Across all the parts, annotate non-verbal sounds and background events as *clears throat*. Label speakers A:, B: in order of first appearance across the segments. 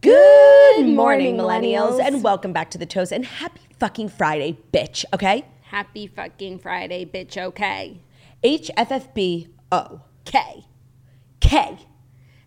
A: Good morning, millennials, and welcome back to the toast and happy fucking Friday, bitch, okay?
B: Happy fucking Friday, bitch, okay?
A: HFFBO.
B: K.
A: K.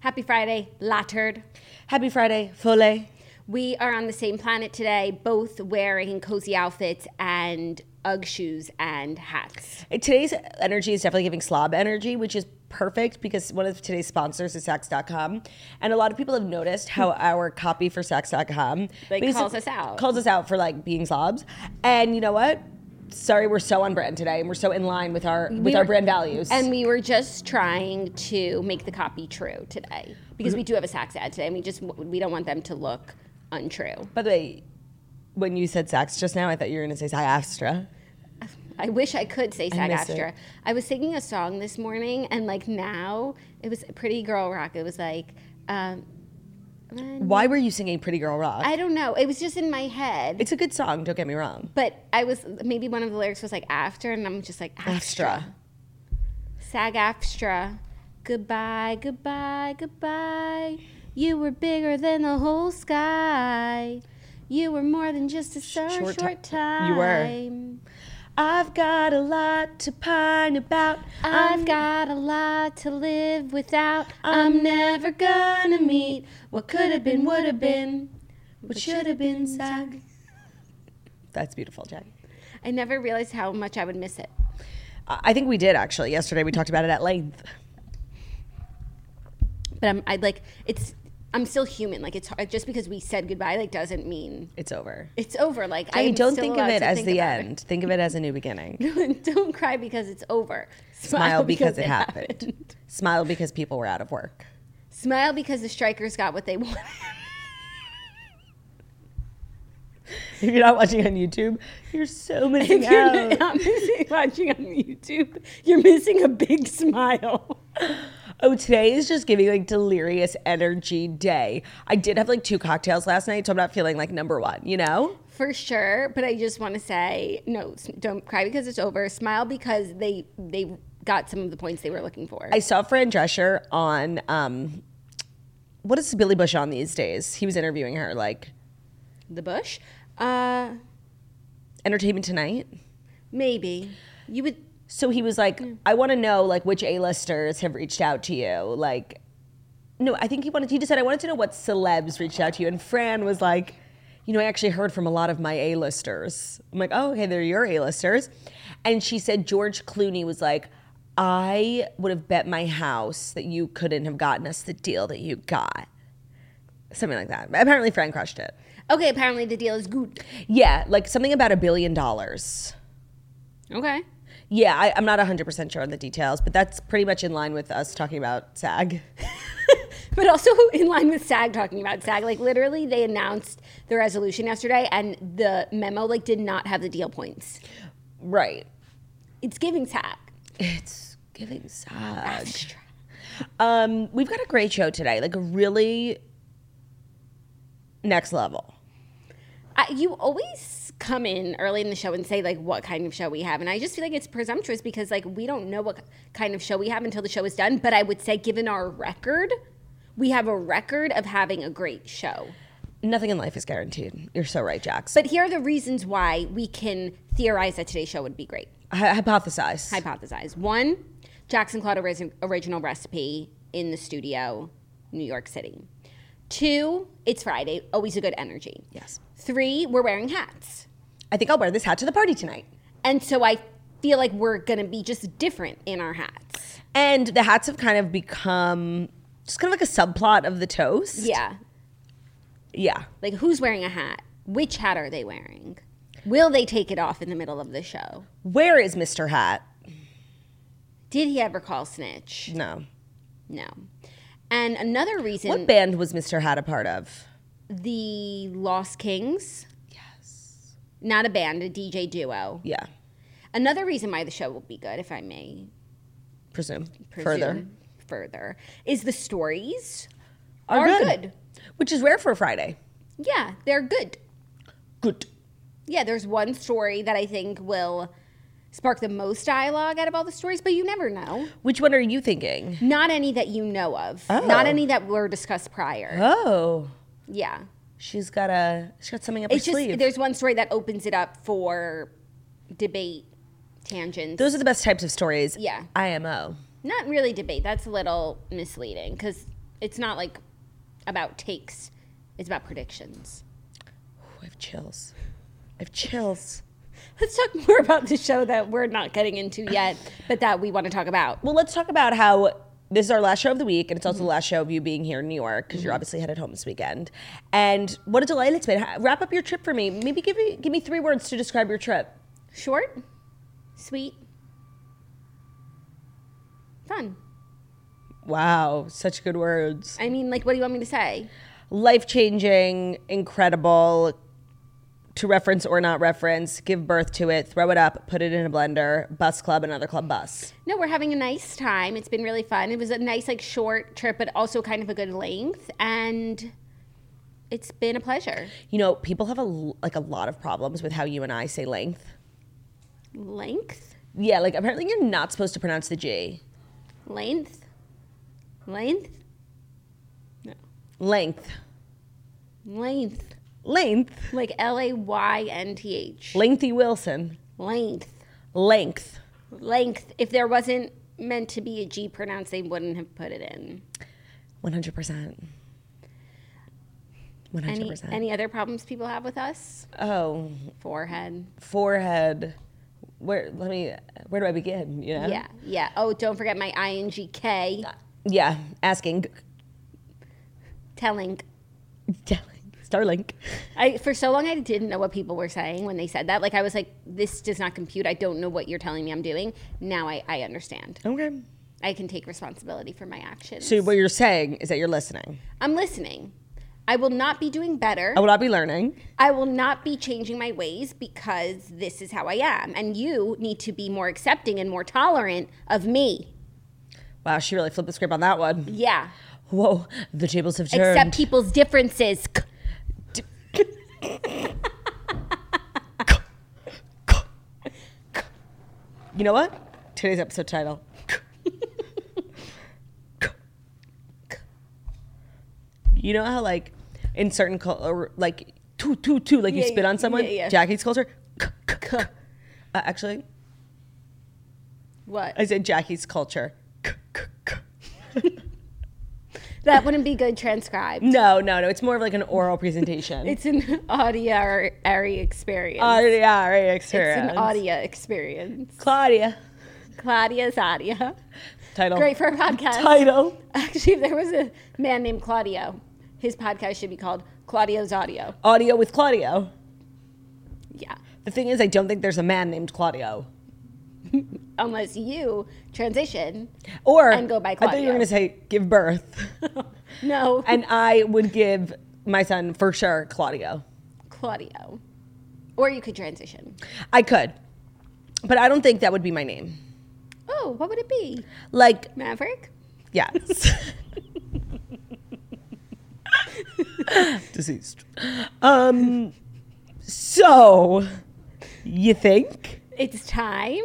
B: Happy Friday, lattered.
A: Happy Friday, Foley.
B: We are on the same planet today, both wearing cozy outfits and Ugg shoes and hats.
A: Today's energy is definitely giving slob energy, which is perfect because one of today's sponsors is Sax.com. And a lot of people have noticed how our copy for Sax.com
B: Like,
A: basi-
B: calls us out.
A: Hmm. Calls us out for like being slobs. And you know what? Sorry, we're so on brand today and we're so in line with our with our
B: were-
A: brand values.
B: And we were just trying to make the copy true today because we do have a sax ad today, and we just we don't want them to look untrue.
A: by the way, when you said Sax just now, I thought you were gonna say Astra.
B: I wish I could say SAG
A: miss
B: AFTRA.
A: it.
B: I was singing a song this morning, and like now, it was Pretty Girl Rock. It was like, um,
A: Why were you singing Pretty Girl Rock?
B: I don't know. It was just in my head.
A: it's a good song, don't get me wrong.
B: but I was maybe one of the lyrics was like after, and I'm just like AFTRA,
A: Astra.
B: SAG AFTRA. Goodbye, goodbye, goodbye. You were bigger than the whole sky. You were more than just a star,
A: short
B: short,
A: ti-
B: time.
A: you were.
B: I've got a lot to pine about. I've got a lot to live without. I'm never gonna meet what could have been, would have been, what should have been. Sag.
A: That's beautiful, Jen.
B: I never realized how much I would miss it.
A: I I think we did actually. Yesterday we talked about it at length.
B: But I'm I like it's I'm still human. Like it's hard, just because we said goodbye like doesn't mean
A: It's over.
B: it's over. Like
A: I
B: am
A: don't
B: still
A: think of
B: allowed
A: it
B: to
A: as
B: think
A: the
B: about
A: end. Think of it as a new beginning.
B: it. *laughs* don't cry because it's over.
A: Smile because it happened. Smile because people were out of work. *laughs*
B: Smile because the strikers got what they *laughs* wanted.
A: If you're not watching on YouTube, you're so missing
B: If you're
A: out.
B: not missing, watching on YouTube, you're missing a big smile.
A: *laughs* Oh, today is just giving like delirious energy day. I did have like two cocktails last night, so I'm not feeling like number one, you know?
B: For sure, but I just want to say no. s- Don't cry because it's over. Smile because they they got some of the points they were looking for.
A: I saw Fran Drescher on um what is Billy Bush on these days? He was interviewing her like
B: the bush, uh,
A: Entertainment Tonight.
B: maybe you would.
A: So he was like, I want to know like which A-listers have reached out to you. Like, no, I think he wanted. He just said, I wanted to know what celebs reached out to you. And Fran was like, you know, I actually heard from a lot of my A-listers. I'm like, oh, okay, they're your A-listers. And she said George Clooney was like, I would have bet my house that you couldn't have gotten us the deal that you got. Something like that. Apparently, Fran crushed it.
B: Okay, apparently the deal is good.
A: Yeah, like something about a billion dollars.
B: Okay.
A: Yeah, I, I'm not 100% sure on the details, but that's pretty much in line with us talking about SAG. *laughs*
B: But also *laughs* in line with SAG talking about SAG, like literally they announced the resolution yesterday and the memo like did not have the deal points.
A: Right.
B: It's giving SAG.
A: It's giving SAG. Um, we've got a great show today, like a really next level.
B: I, you always come in early in the show and say like what kind of show we have and i just feel like it's presumptuous because like we don't know what kind of show we have until the show is done but i would say given our record we have a record of having a great show
A: Nothing in life is guaranteed. You're so right, Jax.
B: but here are the reasons why we can theorize that today's show would be great
A: Hy- hypothesize.
B: hypothesize one jackson cloud oris- original recipe in the studio new york city Two, it's Friday. Always a good energy.
A: Yes.
B: Three, we're wearing hats.
A: I think I'll wear this hat to the party tonight.
B: And so I feel like we're going to be just different in our hats.
A: And the hats have kind of become just kind of like a subplot of the toast.
B: Yeah.
A: Yeah.
B: Like who's wearing a hat? Which hat are they wearing? Will they take it off in the middle of the show?
A: Where is Mr. Hat?
B: Did he ever call Snitch?
A: No.
B: No. And another reason
A: What band was Mr. Hat a part of?
B: the Lost Kings. Yes. Not a band, a DJ duo.
A: Yeah.
B: Another reason why the show will be good, if I may
A: Presume.
B: presume
A: Further.
B: further, is the stories
A: Are good.
B: good.
A: Which is rare for a Friday.
B: Yeah, they're good.
A: Good.
B: Yeah, there's one story that I think will spark the most dialogue out of all the stories, but you never know.
A: Which one are you thinking?
B: Not any that you know of.
A: Oh.
B: Not any that were discussed prior.
A: Oh.
B: Yeah.
A: She's got a she's got something up
B: It's
A: her
B: just
A: sleeve.
B: there's one story that opens it up for debate tangents.
A: Those are the best types of stories.
B: Yeah.
A: IMO.
B: not really debate. That's a little misleading cuz it's not like about takes. It's about predictions.
A: Ooh, I have chills. I have chills.
B: Let's talk *laughs* more about the show that we're not getting into yet, but that we want to talk about.
A: Well, let's talk about how this is our last show of the week, and it's also the last show of you being here in New York because you're obviously headed home this weekend. And what a delight it's been. Ha- Wrap up your trip for me. Maybe give me give me three words to describe your trip.
B: Short, sweet, fun.
A: Wow, such good words.
B: I mean, like, what do you want me to say?
A: Life changing, incredible. To reference or not reference, give birth to it, throw it up, put it in a blender, bus club, another club bus.
B: No, we're having a nice time. It's been really fun. It was a nice, like, short trip, but also kind of a good length. And it's been a pleasure.
A: You know, people have a l- like a lot of problems with how you and I say length.
B: Length?
A: Yeah, like apparently you're not supposed to pronounce the G.
B: Length? Length?
A: Length.
B: Length.
A: Length.
B: Like L A Y N T H.
A: Lengthy Wilson.
B: Length.
A: Length.
B: Length. If there wasn't meant to be a G pronounced, they wouldn't have put it in.
A: 100%. 100%.
B: Any, any other problems people have with us?
A: oh,
B: Forehead.
A: forehead. Where let me where do I begin, you know?
B: Yeah, yeah. Oh, don't forget my INGK
A: Yeah, asking
B: telling.
A: Starlink.
B: I for so long I didn't know what people were saying when they said that. Like I was like, this does not compute. I don't know what you're telling me I'm doing. Now I, I understand.
A: Okay.
B: I can take responsibility for my actions.
A: So what you're saying is that you're listening.
B: I'm listening. I will not be doing better.
A: I will not be learning.
B: I will not be changing my ways because this is how I am. And you need to be more accepting and more tolerant of me.
A: Wow, she really flipped the script on that one.
B: Yeah.
A: Whoa, the tables have turned.
B: Accept people's differences.
A: you know what? Today's episode title. you know how like in certain cul- or, like two two two like you
B: Yeah,
A: spit
B: yeah,
A: on someone.
B: yeah, yeah.
A: Jackie's culture. Uh, actually,
B: What?
A: I said Jackie's
B: *laughs*
A: culture.
B: That wouldn't be good
A: *laughs*
B: transcribed.
A: No, no, no. It's more of like an oral presentation.
B: It's an audio experience.
A: Audio
B: it's
A: experience.
B: an audio experience.
A: Claudia.
B: Claudia's audio.
A: Title.
B: Great for a podcast.
A: title.
B: Actually, if there was a man named Claudio, his podcast should be called Claudio's Audio.
A: Audio with Claudio.
B: Yeah.
A: The thing is, I don't think there's a man named Claudio.
B: Unless you transition.
A: Or
B: And go by
A: I thought you
B: Claudio.
A: were gonna say give
B: *laughs*
A: birth.
B: No,
A: And I would give my son for sure Claudio.
B: Claudio. Or you could transition.
A: I could. But I don't think that would be my name.
B: Oh, what would it be?
A: Like,
B: Maverick? *laughs*
A: yes. Deceased. Um so you think?
B: It's time.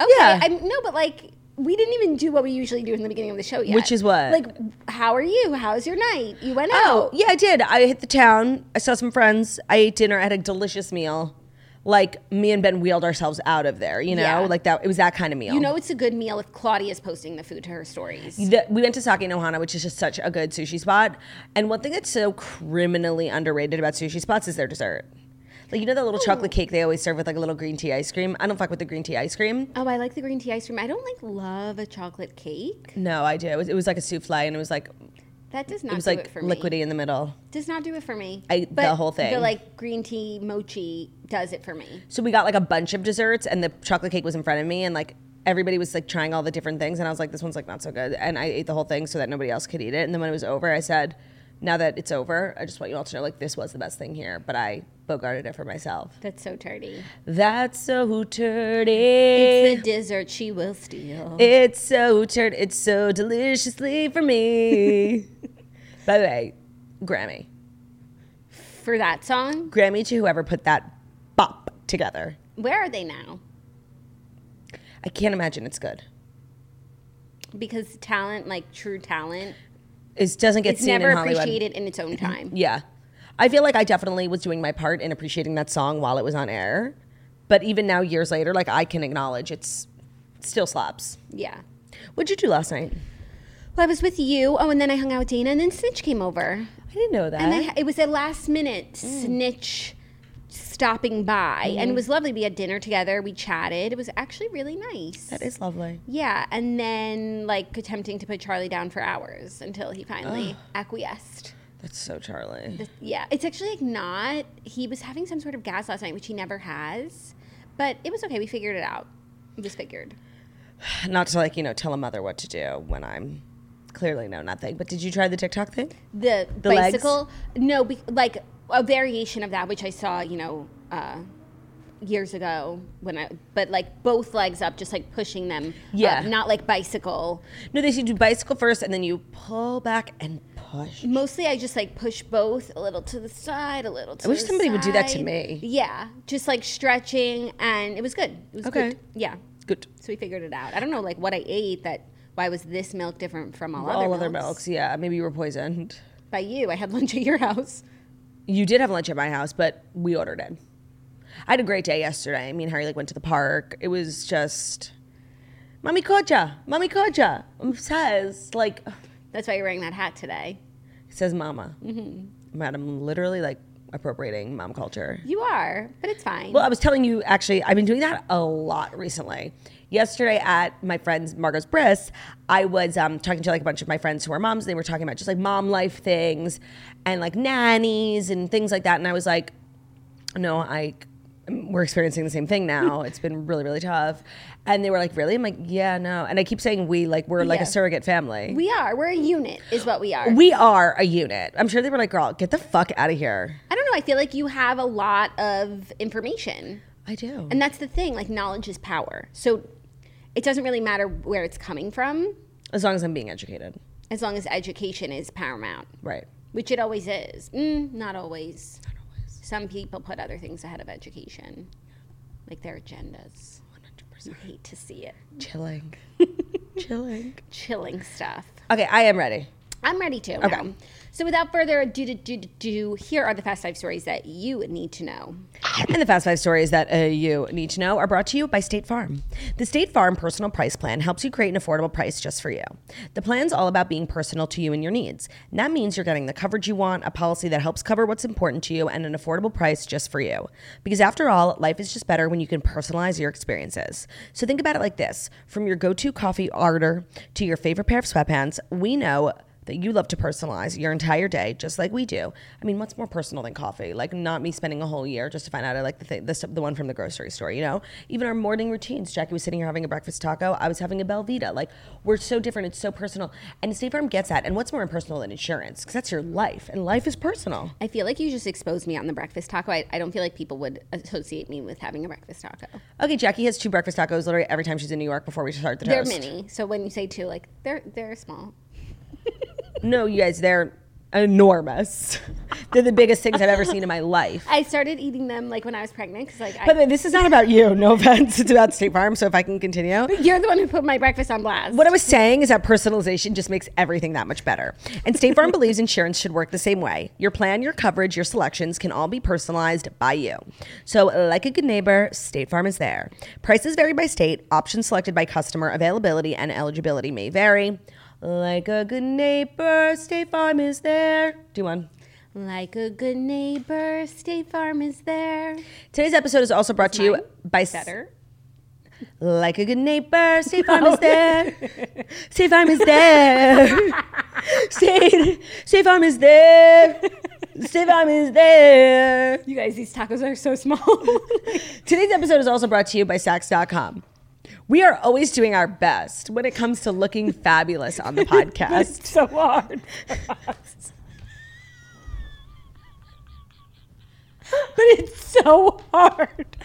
B: Okay.
A: Yeah.
B: I'm, no, but like we didn't even do what we usually do in the beginning of the show yet.
A: Which is what? Oh.
B: Like, how are you? How's your night? You went out.
A: yeah, I did. I hit the town. I saw some friends. I ate dinner. I had a delicious meal. like me and Ben wheeled ourselves out of there, you know?
B: Yeah.
A: Like that it was that kind of meal.
B: You know it's a good meal if Claudia's posting the food to her stories.
A: The- we went to Sake and Ohana, which is just such a good sushi spot. And one thing that's so criminally underrated about sushi spots is their dessert. Like you know that little
B: Oh.
A: chocolate cake they always serve with like a little green tea ice cream. I don't fuck with the green tea ice cream.
B: Oh, I like the green tea ice cream. I don't like love a chocolate cake.
A: No, I do. It was, it was like a souffle, and it was like
B: That does not
A: it was
B: do
A: like
B: it for
A: liquidy
B: me.
A: in the middle.
B: Does not do it for me.
A: I- the whole thing.
B: The like green tea mochi does it for me.
A: So we got like a bunch of desserts, and the chocolate cake was in front of me, and like everybody was like trying all the different things, and I was like, this one's like not so good, and I ate the whole thing so that nobody else could eat it. And then when it was over, I said, now that it's over, I just want you all to know like this was the best thing here, but I bogarted it for myself.
B: That's so tardy.
A: That's so
B: It's
A: dirty.
B: the dessert she will steal.
A: It's so turd. It's so deliciously for
B: *laughs*
A: me. By the way, Grammy,
B: For that song,
A: Grammy to whoever put that bop together.
B: where are they now?
A: I can't imagine it's good.
B: Because talent, like true talent,
A: It doesn't get
B: it's
A: seen
B: never
A: in Hollywood. Mm-hmm.
B: appreciated in its own time.
A: Yeah. I feel like I definitely was doing my part in appreciating that song while it was on air. But even now, years later, like I can acknowledge it's still slaps.
B: yeah.
A: What'd you do last night?
B: Well, I was with you. Oh, and then I hung out with Dana, and then Snitch came over.
A: I didn't know that.
B: And I, it was a last minute
A: Mm.
B: snitch stopping by, and
A: Mm-hmm.
B: it was lovely. We had dinner together, we chatted. It was actually really nice.
A: that is lovely.
B: yeah, and then like attempting to put Charlie down for hours until he finally acquiesced.
A: That's so Charlie.
B: Yeah, it's actually like not. He was having some sort of gas last night, which he never has, but it was okay. We figured it out. It was figured.
A: Not to like, you know, tell a mother what to do when I'm clearly know nothing. But did you try the TikTok thing?
B: the,
A: The legs?
B: bicycle no be, like a variation of that which i saw you know uh, years ago when i but like both legs up just like pushing them
A: Yeah.
B: up, not like bicycle
A: No, they should do bicycle first and then you pull back and push.
B: mostly i just like push both a little to the side a little to
A: wish
B: the
A: somebody would do that to
B: side.
A: me.
B: yeah just like stretching and it was good it was
A: Okay.
B: good yeah
A: Good.
B: so we figured it out i don't know like what i ate that why was this milk different from all,
A: All
B: other
A: other
B: milks?
A: milks. Yeah, maybe you were poisoned.
B: by you i had lunch at your house
A: you did have lunch at my house, but we ordered in. I had a great day yesterday. Me and Harry like went to the park. It was just, mommy called ya, mommy called ya. I'm obsessed. Like
B: that's why you're wearing that hat today
A: it says, mama. Madam, literally like appropriating mom culture.
B: you are but it's fine
A: Well, I was telling you actually, I've been doing that a lot recently. Yesterday at my friend's Margot's Briss, I was um, talking to like a bunch of my friends who are moms. And they were talking about just like mom life things and like nannies and things like that. And I was like, no, I um, we're experiencing the same thing now. It's been really, really tough. And they were like, really? I'm like, yeah, no. And I keep saying we, like we're like
B: Yeah.
A: a surrogate family.
B: We are. We're a unit, is what we are.
A: we are a unit. I'm sure they were like, girl, get the fuck out of here.
B: I don't know. I feel like you have a lot of information.
A: I do.
B: And that's the thing. Like, knowledge is power. So it doesn't really matter where it's coming from
A: as long as I'm being educated.
B: as long as education is paramount,
A: Right.
B: which it always is. Mm, not always. Not always. Some people put other things ahead of education, like their agendas. 100%. You hate to see it.
A: Chilling. Chilling.
B: Chilling stuff.
A: Okay, I am ready.
B: I'm ready to. Okay. So without further ado, do, do, do, do, here are the fast five stories that you need to know.
A: And the fast five stories that uh, you need to know are brought to you by State Farm. The State Farm Personal Price Plan helps you create an affordable price just for you. The plan's all about being personal to you and your needs. And that means you're getting the coverage you want, a policy that helps cover what's important to you, and an affordable price just for you. Because after all, life is just better when you can personalize your experiences. So think about it like this from your go to coffee order to your favorite pair of sweatpants, we know that you love to personalize your entire day just like we do. I mean, what's more personal than coffee? Like not me spending a whole year just to find out I like the thing, the, the one from the grocery store, you know? Even our morning routines. Jackie was sitting here having a breakfast taco. I was having a Belvita. Like we're so different. It's so personal. And State Farm gets that. And what's more impersonal than insurance? Because that's your life. And life is personal.
B: I feel like you just exposed me on the breakfast taco. I, I don't feel like people would associate me with having a breakfast taco.
A: Okay, Jackie has two breakfast tacos literally every time she's in New York before we start the
B: They're
A: toast.
B: mini, so when you say two, like they're they're small.
A: No, you guys, they're enormous. *laughs* They're the biggest things I've ever seen in my life.
B: I started eating them like when I was pregnant because like I,
A: But this is not about you. No offense. It's about State Farm. So if I can continue.
B: you're the one who put my breakfast on blast.
A: What I was saying is that personalization just makes everything that much better. And State Farm believes insurance should work the same way. Your plan, your coverage, your selections can all be personalized by you. So, like a good neighbor, State Farm is there. Prices vary by state, options selected by customer, availability and eligibility may vary. Like a good neighbor, State Farm is there. Do one.
B: like a good neighbor, State Farm is there.
A: Today's episode is also brought to you
B: mine
A: by
B: Better.
A: Like a good neighbor, State Farm is there. State Farm is there. State, State Farm is there. State Farm is there.
B: You guys, these tacos are so small.
A: Today's episode is also brought to you by Sax.com. We are always doing our best when it comes to looking fabulous on the podcast.
B: so hard.
A: *laughs* but it's so hard.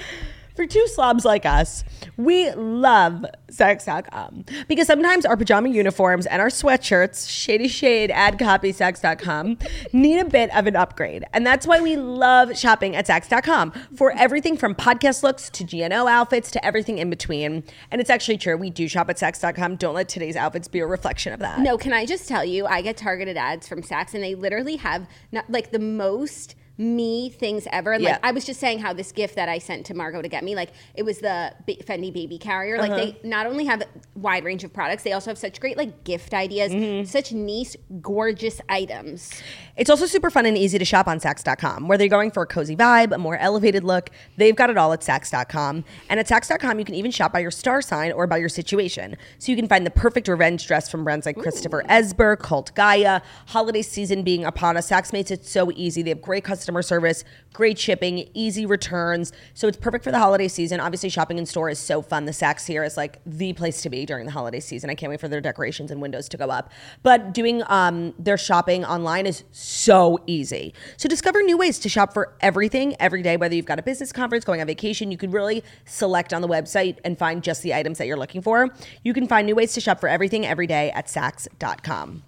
A: For two slobs like us, we love sex.com because sometimes our pajama uniforms and our sweatshirts, shady shade, ad copy sex.com, need a bit of an upgrade. And that's why we love shopping at sex.com for everything from podcast looks to GNO outfits to everything in between. And it's actually true. We do shop at sex.com. Don't let today's outfits be a reflection of that.
B: No, can I just tell you, I get targeted ads from Saks, and they literally have not like the most me things ever. And
A: Yeah.
B: like I was just saying how this gift that I sent to Margot to get me, like it was the B- Fendi baby carrier. Like they not only have a wide range of products, they also have such great like gift ideas, such nice, gorgeous items.
A: It's also super fun and easy to shop on Saks.com. Whether you're going for a cozy vibe, a more elevated look, they've got it all at Saks.com. And at Saks.com, you can even shop by your star sign or by your situation. So you can find the perfect revenge dress from brands like Christopher Esber, Cult Gaia. Holiday season being upon us, Saks makes it so easy. They have great customer service, great shipping, easy returns. So it's perfect for the holiday season. Obviously, shopping in store is so fun. The Saks here is like the place to be during the holiday season. I can't wait for their decorations and windows to go up. But doing um, their shopping online is so easy. So discover new ways to shop for everything every day, whether you've got a business conference, going on vacation, you can really select on the website and find just the items that you're looking for. You can find new ways to shop for everything every day at Saks.com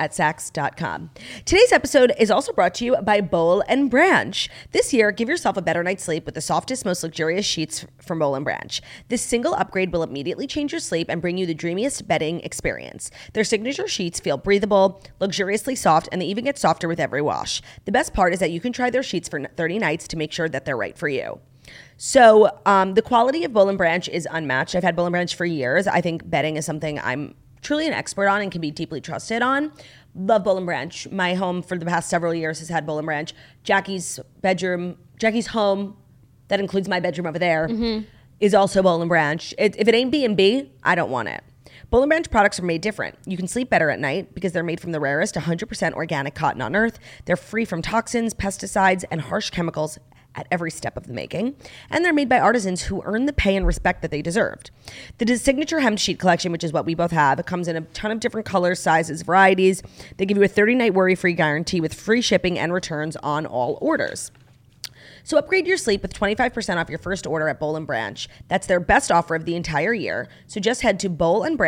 A: at Saks.com. Today's episode is also brought to you by Bowl and Branch. This year, give yourself a better night's sleep with the softest, most luxurious sheets from Bowl and Branch. This single upgrade will immediately change your sleep and bring you the dreamiest bedding experience. Their signature sheets feel breathable, luxuriously soft, and they even get softer with every wash. The best part is that you can try their sheets for 30 nights to make sure that they're right for you. So um, the quality of Bowl and Branch is unmatched. I've had Bowl and Branch for years. I think bedding is something I'm truly an expert on and can be deeply trusted on. Love Bowl and Branch. My home for the past several years has had Bowl and Branch. Jackie's bedroom, Jackie's home, that includes my bedroom over there, is also Bowl and Branch. It, if it ain't B and B, I don't want it. Bowl and Branch products are made different. You can sleep better at night because they're made from the rarest 100% organic cotton on earth. They're free from toxins, pesticides, and harsh chemicals at every step of the making, and they're made by artisans who earn the pay and respect that they deserved. The signature hem sheet collection, which is what we both have, it comes in a ton of different colors, sizes, varieties. They give you a 30-night worry-free guarantee with free shipping and returns on all orders. So upgrade your sleep with 25% off your first order at Bowl and Branch. That's their best offer of the entire year. So just head to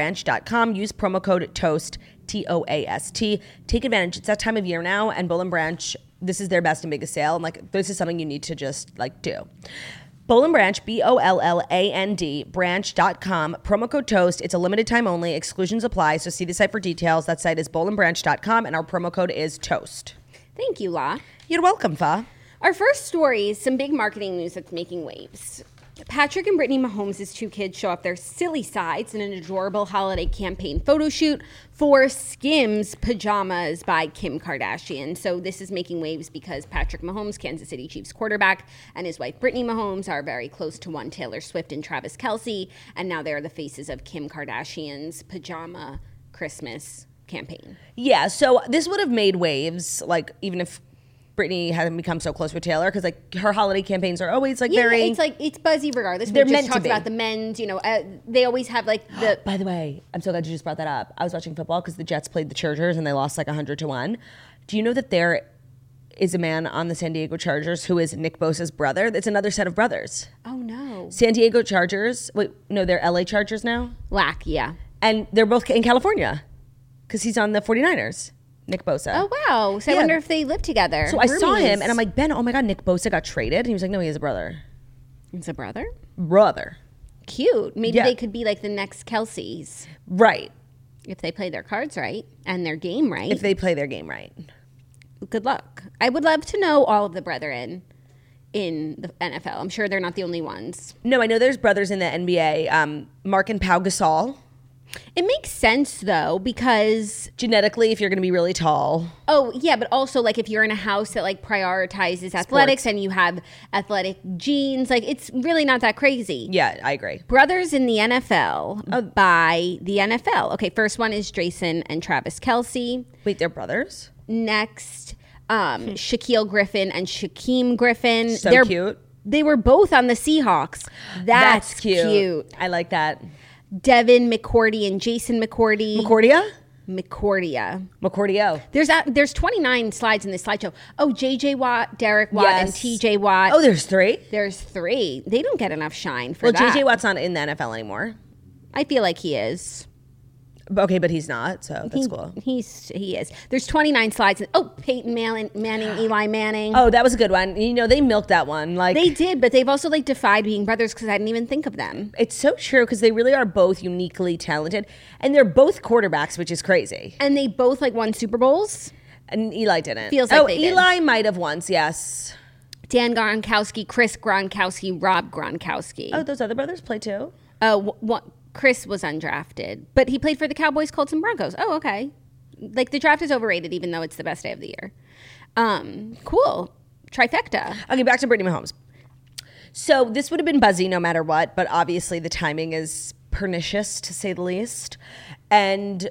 A: bowlandbranch.com, use promo code TOAST, T O A S T. Take advantage. It's that time of year now, and Bowl and Branch, this is their best and biggest sale. And like, this is something you need to just like do. Bowl and Branch, B O L L A N D, branch.com, promo code TOAST. It's a limited time only. Exclusions apply. So see the site for details. That site is bowlandbranch.com, and our promo code is TOAST.
B: Thank you, La.
A: You're welcome, Fa.
B: Our first story is some big marketing news that's making waves. Patrick and Brittany Mahomes' two kids show off their silly sides in an adorable holiday campaign photo shoot for Skims pajamas by Kim Kardashian. So, this is making waves because Patrick Mahomes, Kansas City Chiefs quarterback, and his wife Brittany Mahomes are very close to one Taylor Swift and Travis Kelsey. And now they're the faces of Kim Kardashian's pajama Christmas campaign.
A: Yeah, so this would have made waves, like even if Britney hadn't become so close with Taylor, because like her holiday campaigns are always like
B: Yeah,
A: very.
B: it's like it's buzzy regardless.
A: They're
B: we
A: meant
B: just
A: to
B: talked
A: be.
B: about the men's, you know, uh, they always have like the
A: *gasps* By the way, I'm so glad you just brought that up. I was watching football because the Jets played the Chargers and they lost like 100 to one. Do you know that there is a man on the San Diego Chargers who is Nick Bosa's brother? It's another set of brothers.
B: oh no,
A: San Diego Chargers. Wait, no, they're LA Chargers now,
B: lack, yeah.
A: and they're both in California. because he's on the 49ers, Nick Bosa.
B: Oh wow! So
A: Yeah.
B: I wonder if they live together.
A: So I saw him
B: Roomies.
A: and I'm like, Ben, oh my God, Nick Bosa got traded. And he was like, no, he has a brother.
B: it's a brother.
A: Brother.
B: Cute. Maybe
A: Yeah.
B: they could be like the next Kelseys
A: Right.
B: if they play their cards right and their game right.
A: If they play their game right.
B: Good luck. I would love to know all of the brethren in the NFL. I'm sure they're not the only ones.
A: No, I know there's brothers in the NBA. Um, Mark and Pau Gasol.
B: It makes sense though because
A: Genetically, if you're going to be really tall,
B: Oh yeah, but also like if you're in a house that like prioritizes athletics and you have athletic genes, like it's really not that crazy.
A: yeah, Oh. I agree.
B: Brothers in the NFL by the NFL. Okay, first one is Jason and Travis Kelsey.
A: Wait, they're brothers?
B: Next, um, Shaquille Griffin and Shaquem Griffin.
A: Hmm. So cute.
B: They were both on the Seahawks. That's, cute.
A: I like that.
B: Devin McCourty and Jason McCourty.
A: Concordia?
B: McCourtia.
A: Concordio.
B: There's a, there's 29 slides in this slideshow. Oh, JJ Watt, Derek Watt, and
A: Yes.
B: TJ Watt.
A: Oh, there's three?
B: there's three. They don't get enough shine for
A: Well,
B: that.
A: JJ Watt's not in the NFL anymore.
B: I feel like he is.
A: But- Okay, but he's not, so that's cool.
B: He's he is. There's 29 slides. In, oh, Peyton Manning,
A: *gasps*
B: Manning Eli Manning.
A: Oh, that was a good one. You know, they milked that one. Like
B: They did, but they've also like defied being brothers because I didn't even think of them.
A: it's so true because they really are both uniquely talented, and they're both quarterbacks, which is crazy.
B: And they both like won Super Bowls.
A: And Eli didn't.
B: Feels like
A: oh,
B: they did.
A: Eli might have once. Yes.
B: Dan Gronkowski, Chris Gronkowski, Rob Gronkowski.
A: Oh, those other brothers play too.
B: Uh, wh- what, Chris was undrafted, but he played for the Cowboys, Colts, and Broncos. Oh, okay. Like the draft is overrated, even though it's the best day of the year. Um, cool trifecta.
A: Okay, back to Brittany Mahomes. So this would have been buzzy no matter what, but obviously the timing is pernicious to say the least. And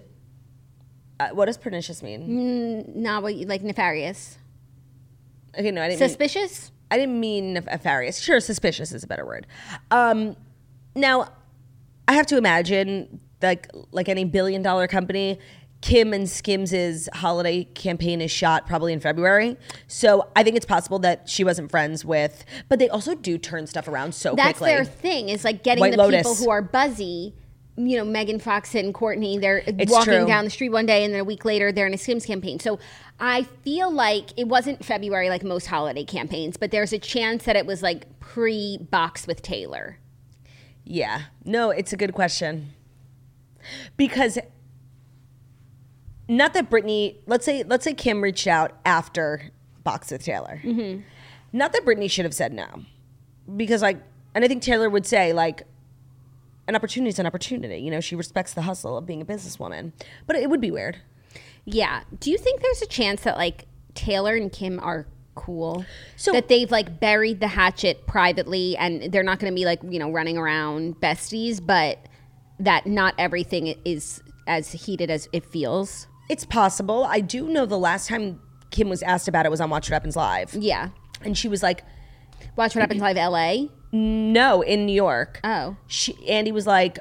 A: uh, what does pernicious mean?
B: Not what you like nefarious,
A: Okay, no, I didn't. mean-
B: suspicious.
A: I didn't mean nef- nefarious. Sure, suspicious is a better word. Um, now, I have to imagine, like like any billion dollar company, Kim and Skims's holiday campaign is shot probably in February. So I think it's possible that she wasn't friends with. But they also do turn stuff around so
B: That's
A: quickly.
B: their thing is like getting
A: White
B: the
A: Lotus.
B: people who are buzzy. You know, Megan Fox and Courtney. They're
A: It's
B: walking
A: true.
B: down the street one day, and then a week later, they're in a Skims campaign. So I feel like it wasn't February like most holiday campaigns, but there's a chance that it was like pre box with Taylor.
A: yeah. No, it's a good question. Because not that Brittany, let's say let's say Kim reached out after Box with Taylor. Not that Brittany should have said no, because like, and I think Taylor would say like, an opportunity is an opportunity. You know, she respects the hustle of being a businesswoman, but it would be weird.
B: Yeah. Do you think there's a chance that like Taylor and Kim are cool?
A: So-
B: that they've like buried the hatchet privately and they're not going to be like, you know, running around besties, but that not everything is as heated as it feels.
A: It's possible. I do know the last time Kim was asked about it was on Watch What Happens Live,
B: Yeah.
A: and she was like,
B: Watch what happens live LA.
A: "No, in New York."
B: Oh.
A: she Andy was like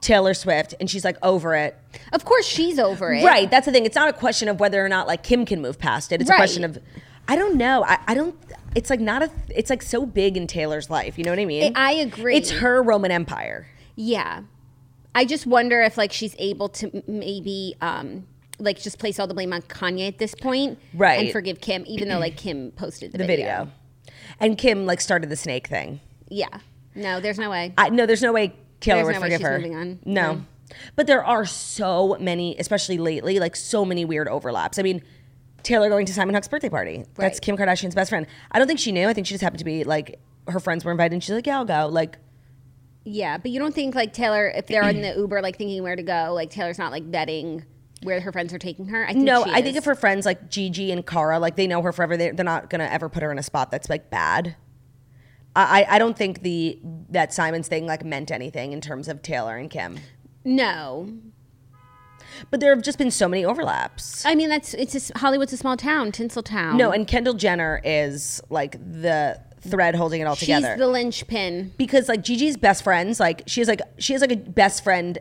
A: Taylor Swift, and she's like over it.
B: Of course she's over it.
A: Right, that's the thing. It's not a question of whether or not like Kim can move past it. It's a
B: Right.
A: question of I don't know. I, I don't. It's like not a. It's like so big in Taylor's life. You know what I mean?
B: I agree.
A: It's her Roman Empire.
B: Yeah. I just wonder if like she's able to m- maybe um like just place all the blame on Kanye at this point.
A: Right.
B: And forgive Kim, even though like Kim posted the,
A: The video, and Kim like started the snake thing.
B: Yeah. No, there's no way.
A: I no, there's no way Taylor would
B: There's no way
A: forgive
B: she's
A: her.
B: moving on.
A: No. But there are so many, especially lately, like so many weird overlaps. I mean, Taylor going to Simon Huck's birthday party. That's
B: Right.
A: Kim Kardashian's best friend. I don't think she knew. I think she just happened to be like her friends were invited and she's like, Yeah, I'll go. Like
B: Yeah, but you don't think like Taylor, if they're in the *clears throat* Uber, like thinking where to go, like Taylor's not like vetting where her friends are taking her. I think
A: no,
B: she
A: I think
B: is.
A: if her friends like Gigi and Cara, like they know her forever, they're, they're not gonna ever put her in a spot that's like bad. I, I I don't think the that Simon's thing like meant anything in terms of Taylor and Kim.
B: no,
A: But there have just been so many overlaps.
B: I mean that's it's just, Hollywood's a small town, Tinseltown.
A: No, and Kendall Jenner is like the thread holding it all
B: she's
A: together.
B: the linchpin.
A: because like Gigi's best friends, like she has like she has like a best friend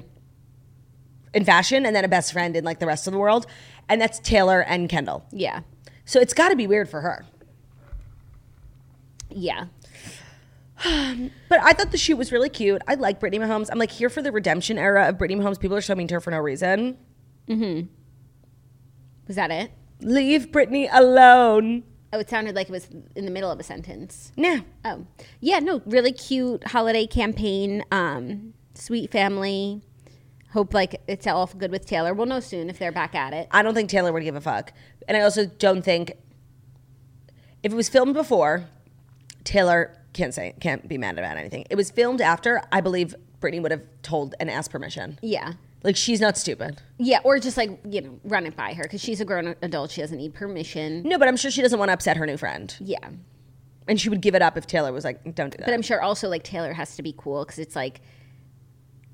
A: in fashion and then a best friend in like the rest of the world. And that's Taylor and Kendall.
B: Yeah,
A: So it's gotta be weird for her.
B: yeah.
A: But I thought the shoot was really cute. I like Brittany Mahomes. I'm like here for the redemption era of Brittany Mahomes. People are so mean to her for no reason.
B: Was that it?
A: Leave Britney alone.
B: Oh, it sounded like it was in the middle of a sentence.
A: Nah.
B: Oh, yeah, no, really cute holiday campaign. Um, sweet family. Hope like it's all good with Taylor. We'll know soon if they're back at it.
A: I don't think Taylor would give a fuck. And I also don't think if it was filmed before, Taylor can't say can't be mad about anything. It was filmed after, I believe Brittany would have told and asked permission.
B: Yeah,
A: Like she's not stupid.
B: yeah, or just like you know, run it by her because she's a grown adult. She doesn't need permission.
A: No, but I'm sure she doesn't want to upset her new friend.
B: Yeah,
A: And she would give it up if Taylor was like, don't do that.
B: but I'm sure also like Taylor has to be cool because it's like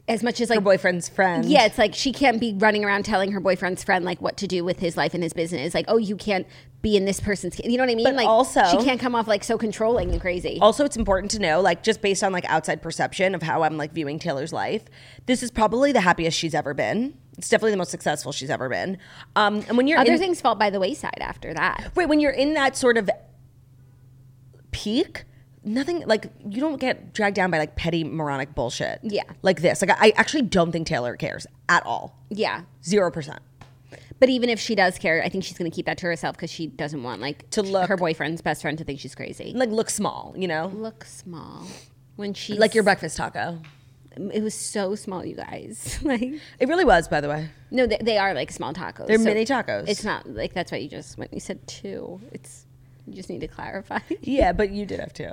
B: as much as like
A: her boyfriend's friend.
B: Yeah, it's like she can't be running around telling her boyfriend's friend like what to do with his life and his business. Like, oh, you can't be in this person's. You know what I mean?
A: But
B: like,
A: also- Oh,
B: she can't come off like so controlling and crazy.
A: Also, it's important to know, like, just based on like outside perception of how I'm like viewing Taylor's life, this is probably the happiest she's ever been. It's definitely the most successful she's ever been. Um, and when you're
B: Other
A: in,
B: things fall by the wayside after that.
A: Right, when you're in that sort of peak, nothing like you don't get dragged down by like petty moronic bullshit.
B: Yeah.
A: Like this. Like I actually don't think Taylor cares at all.
B: Yeah,
A: Zero percent.
B: but even if she does care, I think she's going to keep that to herself because she doesn't want like
A: To look-
B: her boyfriend's best friend to think she's crazy.
A: Like look small, you know?
B: Look small when she
A: Like your breakfast taco.
B: It was so small, you guys. *laughs* like
A: It really was, by the way.
B: no, they, they are like small tacos.
A: They're mini tacos.
B: It's not like that's why you just when you said two. It's you just need
A: *laughs*
B: to clarify.
A: Yeah, but you did have
B: *laughs*
A: two.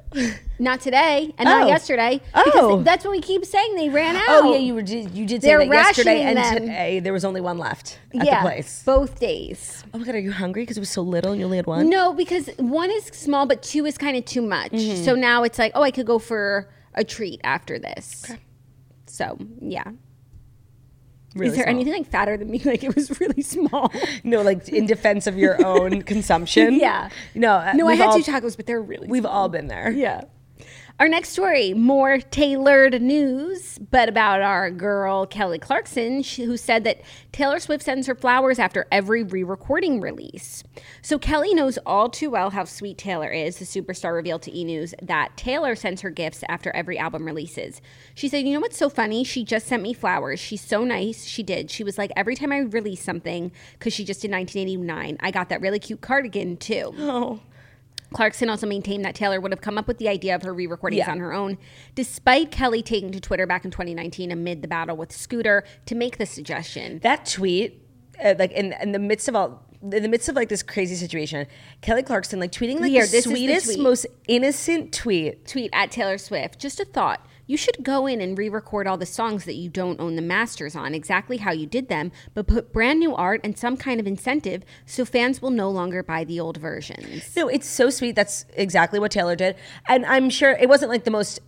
B: Not today, and
A: Oh.
B: not yesterday.
A: Oh.
B: because that's what we keep saying. They ran out.
A: Oh, yeah, you were you did say
B: They're
A: that yesterday and
B: rationing them.
A: today there was only one left at the
B: yeah,
A: place.
B: both days.
A: Oh my god, are you hungry? Because it was so little and you only had one?
B: No, because one is small, but two is kind of too much.
A: Mm-hmm.
B: So now it's like, oh, I could go for a treat after this. So yeah.
A: Really
B: is there
A: small.
B: anything like fatter than me? *laughs* Like it was
A: *laughs*
B: really small.
A: No, like in defense of your
B: *laughs*
A: own consumption.
B: Yeah.
A: No, uh,
B: No, I
A: we've
B: had
A: all-
B: two tacos, but they're really.
A: We've all been there.
B: *laughs* yeah. Our next story, more tailored news, but about our girl Kelly Clarkson, sh- who said that Taylor Swift sends her flowers after every re recording release. So Kelly knows all too well how sweet Taylor is. The superstar revealed to E! News that Taylor sends her gifts after every album releases. She said, You know what's so funny? She just sent me flowers. She's so nice. She did. She was like, Every time I release something, because she just did 1989, I got that really cute cardigan too. Clarkson also maintained that Taylor would have come up with the idea of her re recordings
A: Yeah.
B: on her own, despite Kelly taking to Twitter back in 2019 amid the battle with Scooter to make the suggestion.
A: *laughs* That tweet, uh, like in, in the midst of all, in the midst of like this crazy situation, Kelly Clarkson like tweeting like
B: Here,
A: the
B: this is the
A: sweetest,
B: tweet.
A: most innocent tweet.
B: Tweet at Taylor Swift, just a thought. You should go in and re record all the songs that you don't own the masters on, exactly how you did them, but put brand new art and some kind of incentive so fans will no longer buy the old versions.
A: No, it's so sweet. That's exactly what Taylor did, and I'm sure it wasn't like the most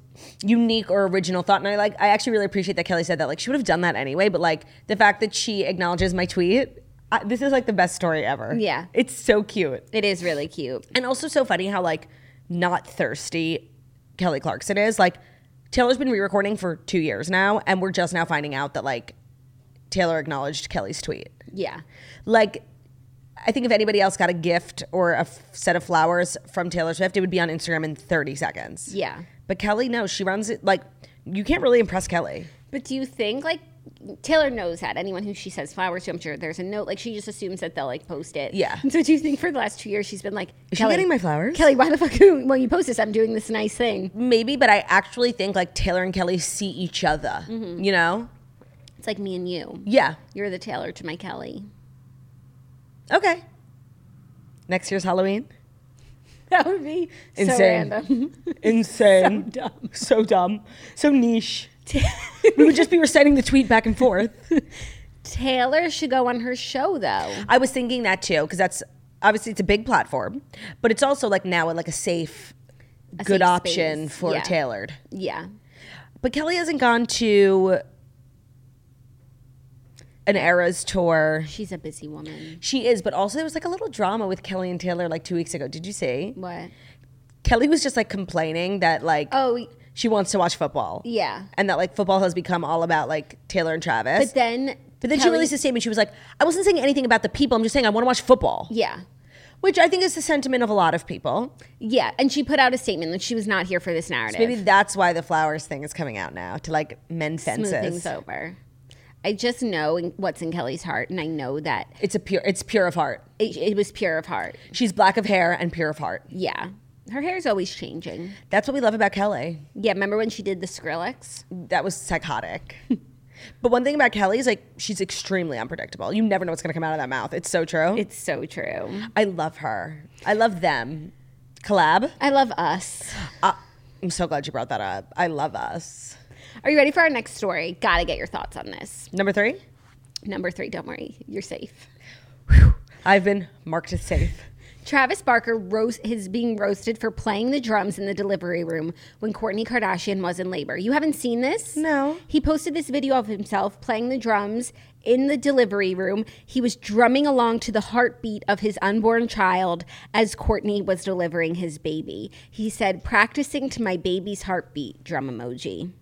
A: unique or original thought. And I like, I actually really appreciate that Kelly said that. Like, she would have done that anyway, but like the fact that she acknowledges my tweet. I, this is like the best story ever.
B: Yeah.
A: It's so cute.
B: It is really cute.
A: And also so funny how like not thirsty Kelly Clarkson is. Like Taylor's been re-recording for two years now, and we're just now finding out that like Taylor acknowledged Kelly's tweet.
B: Yeah.
A: Like, I think if anybody else got a gift or a f- set of flowers from Taylor Swift, it would be on Instagram in 30 seconds.
B: Yeah.
A: But Kelly, no, she runs it like you can't really impress Kelly.
B: But do you think like Taylor knows that anyone who she says flowers to, I'm sure there's a note. Like she just assumes that they'll like post it.
A: Yeah.
B: So do you think for the last two years she's been like,
A: Is she
B: Kelly,
A: getting my flowers?
B: Kelly, why the fuck? *laughs* When you post this, I'm doing this nice thing.
A: Maybe, but I actually think like Taylor and Kelly see each other. You know?
B: It's like me and you.
A: Yeah.
B: You're the Taylor to my Kelly. *laughs*
A: Okay. Next year's Halloween.
B: That would be so
A: Insane.
B: random.
A: Insane. So dumb. So dumb. So niche. *laughs* we would just be reciting the tweet back and forth.
B: *laughs* Taylor should go on her show though.
A: I was thinking that too, because that's obviously it's a big platform, but it's also like now like a safe,
B: A
A: good
B: safe
A: option
B: space.
A: for
B: Yeah.
A: tailored.
B: Yeah.
A: But Kelly hasn't gone to an Eras tour.
B: She's a busy woman.
A: She is, but also there was like a little drama with Kelly and Taylor like two weeks ago. Did you see?
B: What?
A: Kelly was just like complaining that like
B: Oh,
A: she wants to watch football.
B: yeah.
A: And that like football has become all about like Taylor and Travis.
B: But then.
A: But then she
B: Kelly-
A: released a statement. She was like, I wasn't saying anything about the people. I'm just saying I want to watch football,
B: Yeah.
A: which I think is the sentiment of a lot of people.
B: Yeah. And she put out a statement that she was not here for this narrative.
A: Maybe that's why the flowers thing is coming out now to like mend
B: smooth
A: fences.
B: things over. I just know in- what's in Kelly's heart, and I know that
A: It's a pure. It's pure of heart.
B: it, it was pure of heart.
A: She's black of hair and pure of heart.
B: Yeah. Her hair is always changing.
A: That's what we love about Kelly.
B: Yeah, remember when she did the Skrillex?
A: That was
B: *laughs*
A: psychotic. but one thing about Kelly is like she's extremely unpredictable. You never know what's gonna come out of that mouth. It's so true.
B: It's so true.
A: I love her. I love them. Collab.
B: I love us.
A: Uh, I'm so glad you brought that up. I love us.
B: Are you ready for our next story? Gotta get your thoughts on this.
A: Number three.
B: Number three, don't worry, you're safe.
A: I've been marked as safe.
B: Travis Barker roast is being roasted for playing the drums in the delivery room when Kourtney Kardashian was in labor. You haven't seen this?
A: No.
B: He posted this video of himself playing the drums in the delivery room. He was drumming along to the heartbeat of his unborn child as Courtney was delivering his baby. He said, "Practicing to my baby's heartbeat." Drum emoji.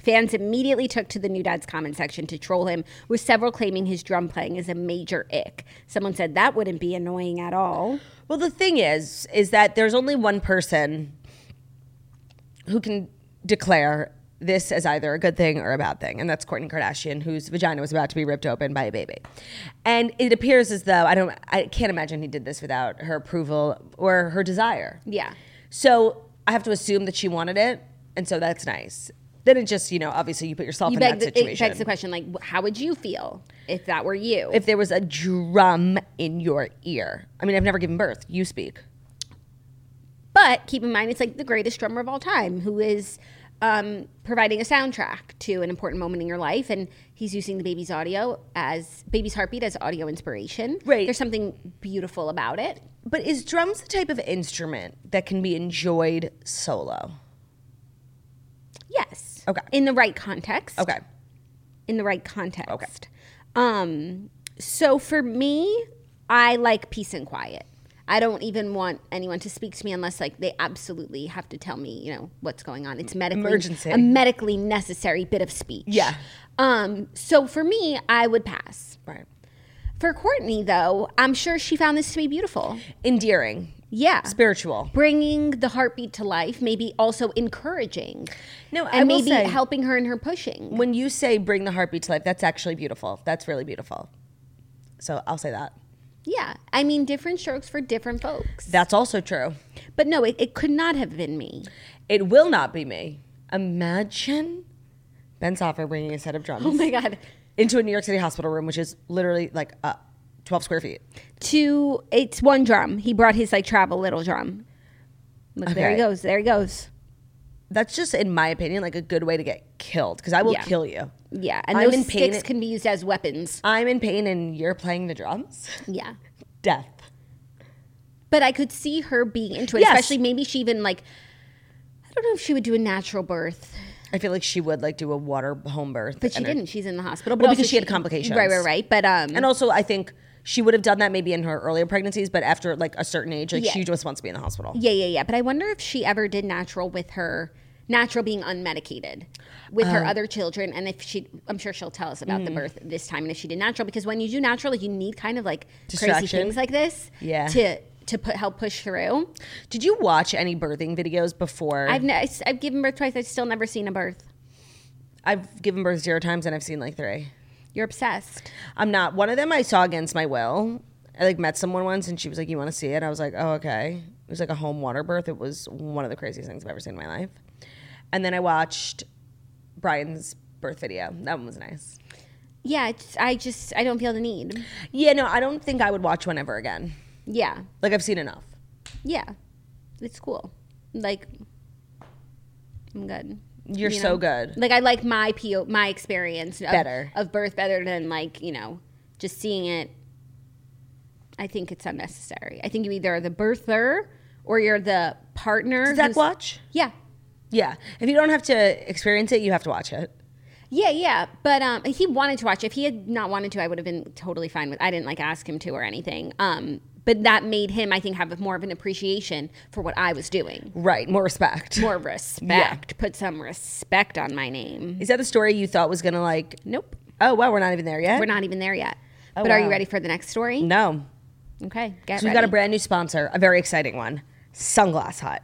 B: Fans immediately took to the new dad's comment section to troll him, with several claiming his drum playing is a major ick. Someone said that wouldn't be annoying at all.
A: Well, the thing is, is that there's only one person who can declare this as either a good thing or a bad thing, and that's Kourtney Kardashian, whose vagina was about to be ripped open by a baby. And it appears as though I don't, I can't imagine he did this without her approval or her desire.
B: Yeah.
A: So I have to assume that she wanted it, and so that's nice. Then it just, you know, obviously you put yourself
B: You
A: in
B: beg
A: that
B: the, it
A: situation.
B: begs the question, like, wh- how would you feel if that were you?
A: if there was a drum in your ear, I mean, I've never given birth. You speak.
B: but keep in mind, it's like the greatest drummer of all time who is um, providing a soundtrack to an important moment in your life, and he's using the baby's audio as baby's heartbeat as audio inspiration.
A: Right.
B: There's something beautiful about it.
A: But is drums the type of instrument that can be enjoyed solo?
B: Yes.
A: Okay.
B: In the right context.
A: Okay.
B: in the right context. Um, so for me, I like peace and quiet. I don't even want anyone to speak to me unless like they absolutely have to tell me, you know, what's going on. It's medically
A: Emergency.
B: a medically necessary bit of speech.
A: Yeah.
B: Um, so for me, I would pass.
A: Right.
B: For Courtney though, I'm sure she found this to be beautiful.
A: Endearing,
B: Yeah.
A: spiritual.
B: Bringing the heartbeat to life, maybe also encouraging.
A: No, I
B: and
A: will
B: maybe
A: say-
B: helping her in her pushing.
A: When you say bring the heartbeat to life, that's actually beautiful. That's really beautiful. So I'll say that.
B: Yeah, I mean, different strokes for different folks.
A: That's also true.
B: But no, it, it could not have been me.
A: It will not be me. Imagine Ben Soffer bringing a set of drums *laughs*
B: Oh my god.
A: into a New York City hospital room, which is literally like uh, 12 square feet.
B: To it's one drum. He brought his like travel little drum. Look, there he
A: Okay.
B: goes. There he goes.
A: That's just, in my opinion, like a good way to get killed because I will
B: Yeah.
A: kill you.
B: Yeah, and
A: I'm
B: those
A: in pain.
B: sticks can be used as weapons.
A: I'm in pain and you're playing the drums. *laughs*
B: Yeah.
A: Death.
B: But I could see her being into it,
A: Yes.
B: especially maybe she even like I don't know if she would do a natural birth,
A: I feel like she would like do a water home birth.
B: but she
A: and her-
B: didn't. She's in the hospital. But
A: Well,
B: also
A: because she had complications.
B: Right, right, right. But um,
A: And also, I think she would have done that maybe in her earlier pregnancies, but after like a certain age, like
B: Yeah.
A: she just wants to be in the hospital.
B: Yeah, yeah, yeah. But I wonder if she ever did natural with her natural being unmedicated with her
A: Oh.
B: other children, and if she, I'm sure she'll tell us about
A: Mm-hmm.
B: the birth this time, and if she did natural because when you do natural, like you need kind of like crazy
A: Distraction.
B: things like this,
A: Yeah.
B: to to put help push through.
A: Did you watch any birthing videos before?
B: I've ne- I've given birth twice. I've still never seen a birth.
A: I've given birth zero times and I've seen like three.
B: You're obsessed.
A: I'm not. One of them I saw against my will. I like met someone once and she was like, You want to see it? I was like, Oh, okay. It was like a home water birth. It was one of the craziest things I've ever seen in my life. And then I watched Brian's birth video. That one was nice.
B: Yeah, it's, I just I don't feel the need.
A: Yeah, no, I don't think I would watch one ever again.
B: Yeah,
A: Like, I've seen enough.
B: yeah, it's cool. Like, I'm good.
A: You're
B: You
A: so
B: know?
A: good.
B: Like I like my PO, my experience of,
A: Better.
B: of birth better than like you know just seeing it. I think it's unnecessary. I think you either are the birther or you're the partner.
A: Does that
B: who's-
A: watch?
B: Yeah,
A: Yeah. If you don't have to experience it, you have to watch it.
B: yeah, yeah. But um, he wanted to watch. If he had not wanted to, I would have been totally fine with. I didn't like ask him to or anything. Um, but that made him, I think, have more of an appreciation for what I was doing.
A: Right. More respect.
B: More respect. Put some respect on my name.
A: Is that the story you thought was going to like.
B: Nope.
A: Oh, wow. We're not even there yet?
B: We're not even there yet. but are you
A: Oh, wow.
B: ready for the next story?
A: No.
B: Okay, get
A: So we've
B: ready.
A: got a brand new sponsor, a very exciting one Sunglass Hut.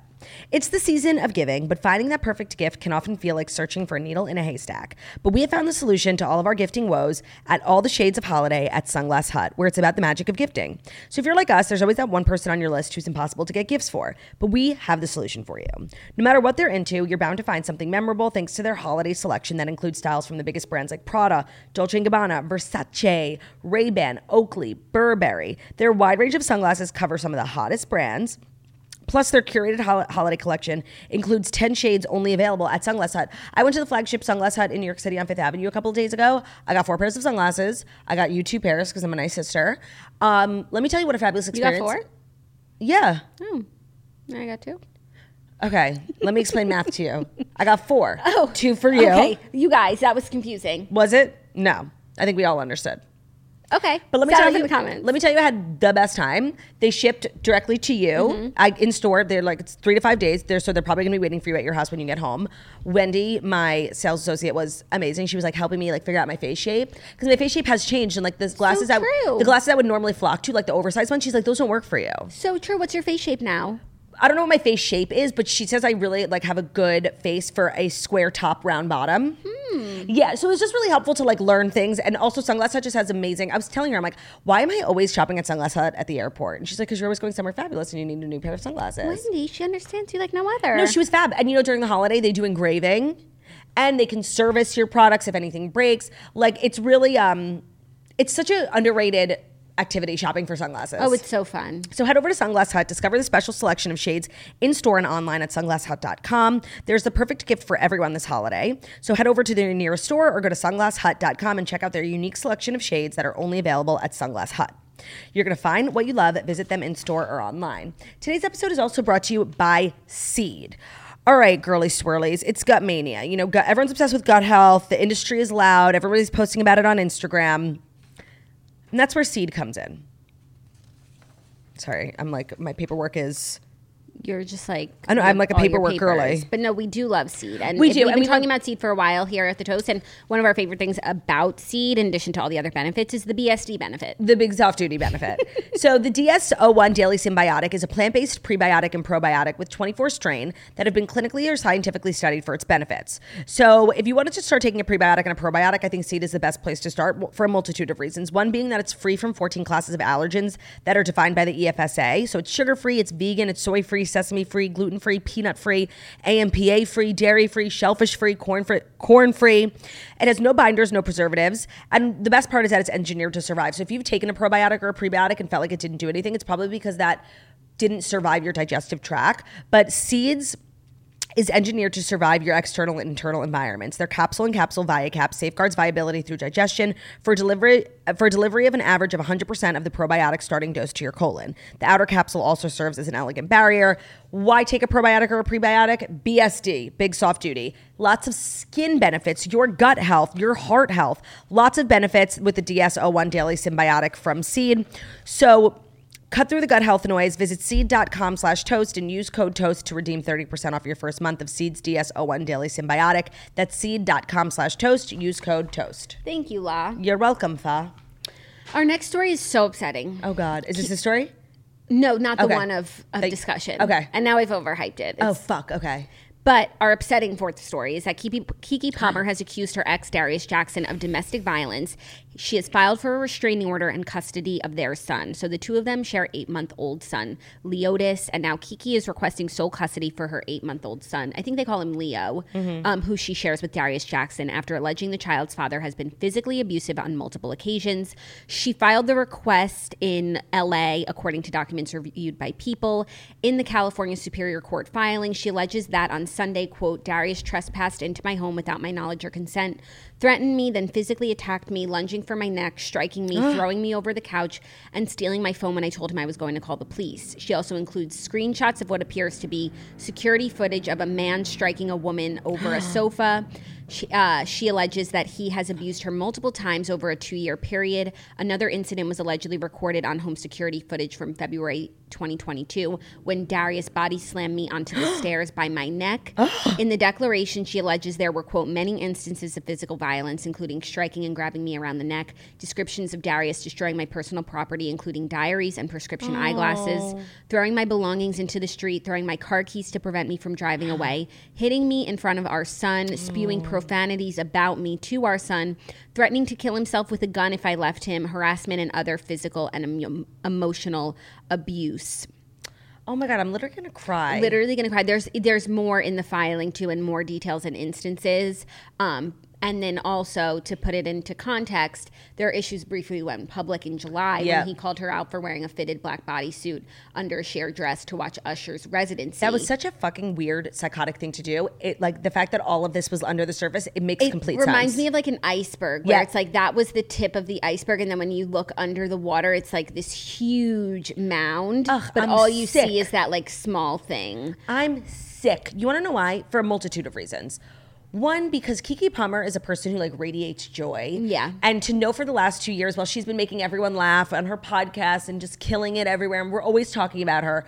A: It's the season of giving, but finding that perfect gift can often feel like searching for a needle in a haystack. But we have found the solution to all of our gifting woes at All the Shades of Holiday at Sunglass Hut, where it's about the magic of gifting. So if you're like us, there's always that one person on your list who's impossible to get gifts for, but we have the solution for you. No matter what they're into, you're bound to find something memorable thanks to their holiday selection that includes styles from the biggest brands like Prada, Dolce & Gabbana, Versace, Ray-Ban, Oakley, Burberry. Their wide range of sunglasses cover some of the hottest brands. Plus, their curated hol- holiday collection includes 10 shades only available at Sunglass Hut. I went to the flagship Sunglass Hut in New York City on Fifth Avenue a couple of days ago. I got four pairs of sunglasses. I got you two pairs because I'm a nice sister. Um, let me tell you what a fabulous
B: You got
A: experience.
B: four?
A: Yeah.
B: I got two.
A: Okay. Let me explain math to you. I got
B: *laughs*
A: four. Oh. Two for you.
B: Okay, you guys, that was confusing.
A: Was it? No. I think we all understood.
B: Okay,
A: But let me
B: sound
A: tell
B: off
A: you,
B: in the comments.
A: let me tell you, I had the best time. They shipped directly to you.
B: Mm-hmm.
A: I in store. They're like it's three to five days. They're so they're probably gonna be waiting for you at your house when you get home. Wendy, my sales associate, was amazing. She was like helping me like figure out my face shape because my face shape has changed and like the glasses that
B: true.
A: the glasses I would normally flock to, like the oversized ones. She's like those don't work for you.
B: so true. What's your face shape now?
A: I don't know what my face shape is, but she says I really like have a good face for a square top, round bottom.
B: Hmm.
A: Yeah, so it was just really helpful to like learn things, and also Sunglass Hut just has amazing. I was telling her, I'm like, why am I always shopping at Sunglass Hut at the airport? And she's like, because you're always going somewhere fabulous, and you need a new pair of sunglasses.
B: Wendy, she understands you like no other.
A: No, she was fab. And you know, during the holiday, they do engraving and they can service your products if anything breaks. Like it's really um it's such an underrated activity shopping for sunglasses.
B: Oh, it's so fun.
A: So head over to Sunglass Hut, discover the special selection of shades in store and online at sunglasshut.com. There's the perfect gift for everyone this holiday. So head over to their nearest store or go to sunglasshut.com and check out their unique selection of shades that are only available at Sunglass Hut. You're going to find what you love, visit them in store or online. Today's episode is also brought to you by Seed. All right, girly swirlies, it's gut mania. You know, gut, everyone's obsessed with gut health. The industry is loud. Everybody's posting about it on Instagram. And that's where Seed comes in. Sorry, I'm like my paperwork is.
B: You're just like
A: I know, I'm like a
B: all your
A: paperwork
B: papers.
A: girly.
B: But no, we do love seed, and
A: We
B: if-
A: do,
B: We've
A: and
B: been
A: we
B: talking
A: love-
B: about seed for a while here at the Toast, and one of our favorite things about seed, in addition to all the other benefits, is the BSD benefit.
A: the big soft duty benefit. *laughs* so the DS01 Daily Symbiotic is a plant-based prebiotic and probiotic with 24 strain that have been clinically or scientifically studied for its benefits. So if you wanted to start taking a prebiotic and a probiotic, I think seed is the best place to start w- for a multitude of reasons. One being that it's free from 14 classes of allergens that are defined by the E EFSA. So it's sugar-free, it's vegan, it's soy-free, sesame-free, gluten-free, peanut-free, AMPA-free, dairy-free, shellfish-free, corn-free, corn-free. It has no binders, no preservatives, and the best part is that it's engineered to survive. So if you've taken a probiotic or a prebiotic and felt like it didn't do anything, it's probably because that didn't survive your digestive tract. But seeds is engineered to survive your external and internal environments. Their capsule and capsule ViaCap safeguards viability through digestion for delivery for delivery of an average of 100% of the probiotic starting dose to your colon. The outer capsule also serves as an elegant barrier. Why take a probiotic or a prebiotic? BSD, big soft duty. Lots of skin benefits, your gut health, your heart health. Lots of benefits with the DS01 Daily Symbiotic from Seed. So Cut through the gut health noise. Visit seed.com slash toast and use code toast to redeem 30% off your first month of Seed's DS01 Daily Symbiotic. That's seed.com slash toast. Use code toast.
B: Thank you, La.
A: You're welcome, Fa.
B: Our next story is so upsetting.
A: Oh, God. Is this the story?
B: No, not the
A: Okay.
B: one of, of
A: Thank-
B: discussion.
A: okay.
B: And now I've overhyped it. It's-
A: Oh, fuck. Okay.
B: But our upsetting fourth story is that Kiki, Kiki Palmer has accused her ex, Darius Jackson, of domestic violence. She has filed for a restraining order and custody of their son. So the two of them share eight month old son, Leotis. And now Kiki is requesting sole custody for her eight month old son. I think they call him Leo, um, who she shares with Darius Jackson after alleging the child's father has been physically abusive on multiple occasions. She filed the request in LA, according to documents reviewed by People. In the California Superior Court filing, she alleges that on Sunday, quote, Darius trespassed into my home without my knowledge or consent, threatened me, then physically attacked me, lunging for my neck, striking me, throwing me over the couch, and stealing my phone when I told him I was going to call the police. She also includes screenshots of what appears to be security footage of a man striking a woman over a sofa. She, uh, she alleges that he has abused her multiple times over a two year period. Another incident was allegedly recorded on home security footage from February 2022, when Darius body slammed me onto the *gasps* stairs by my neck. In the declaration, she alleges there were, quote, many instances of physical violence, including striking and grabbing me around the neck, descriptions of Darius destroying my personal property, including diaries and prescription eyeglasses, throwing my belongings into the street, throwing my car keys to prevent me from driving away, hitting me in front of our son, spewing profanities about me to our son, threatening to kill himself with a gun if I left him, harassment and other physical and emo- emotional abuse.
A: Oh my god, I'm literally gonna cry.
B: Literally going to cry. There's there's more in the filing too, and more details and instances. Um, and then also to put it into context, their issues briefly went public in July
A: Yeah.
B: when he called her out for wearing a fitted black bodysuit under a shared dress to watch Usher's residency.
A: That was such a fucking weird, psychotic thing to do. It like the fact that all of this was under the surface. It makes
B: it
A: complete sense.
B: reminds me of like an iceberg where
A: Yeah.
B: it's like that was the tip of the iceberg and then when you look under the water it's like this huge mound
A: Ugh,
B: but
A: I'm
B: all you
A: sick.
B: see is that like small thing
A: I'm sick. You want to know why? For a multitude of reasons. One, because Kiki Palmer is a person who like radiates joy.
B: Yeah.
A: And to know for the last two years, while she's been making everyone laugh on her podcast and just killing it everywhere, and we're always talking about her,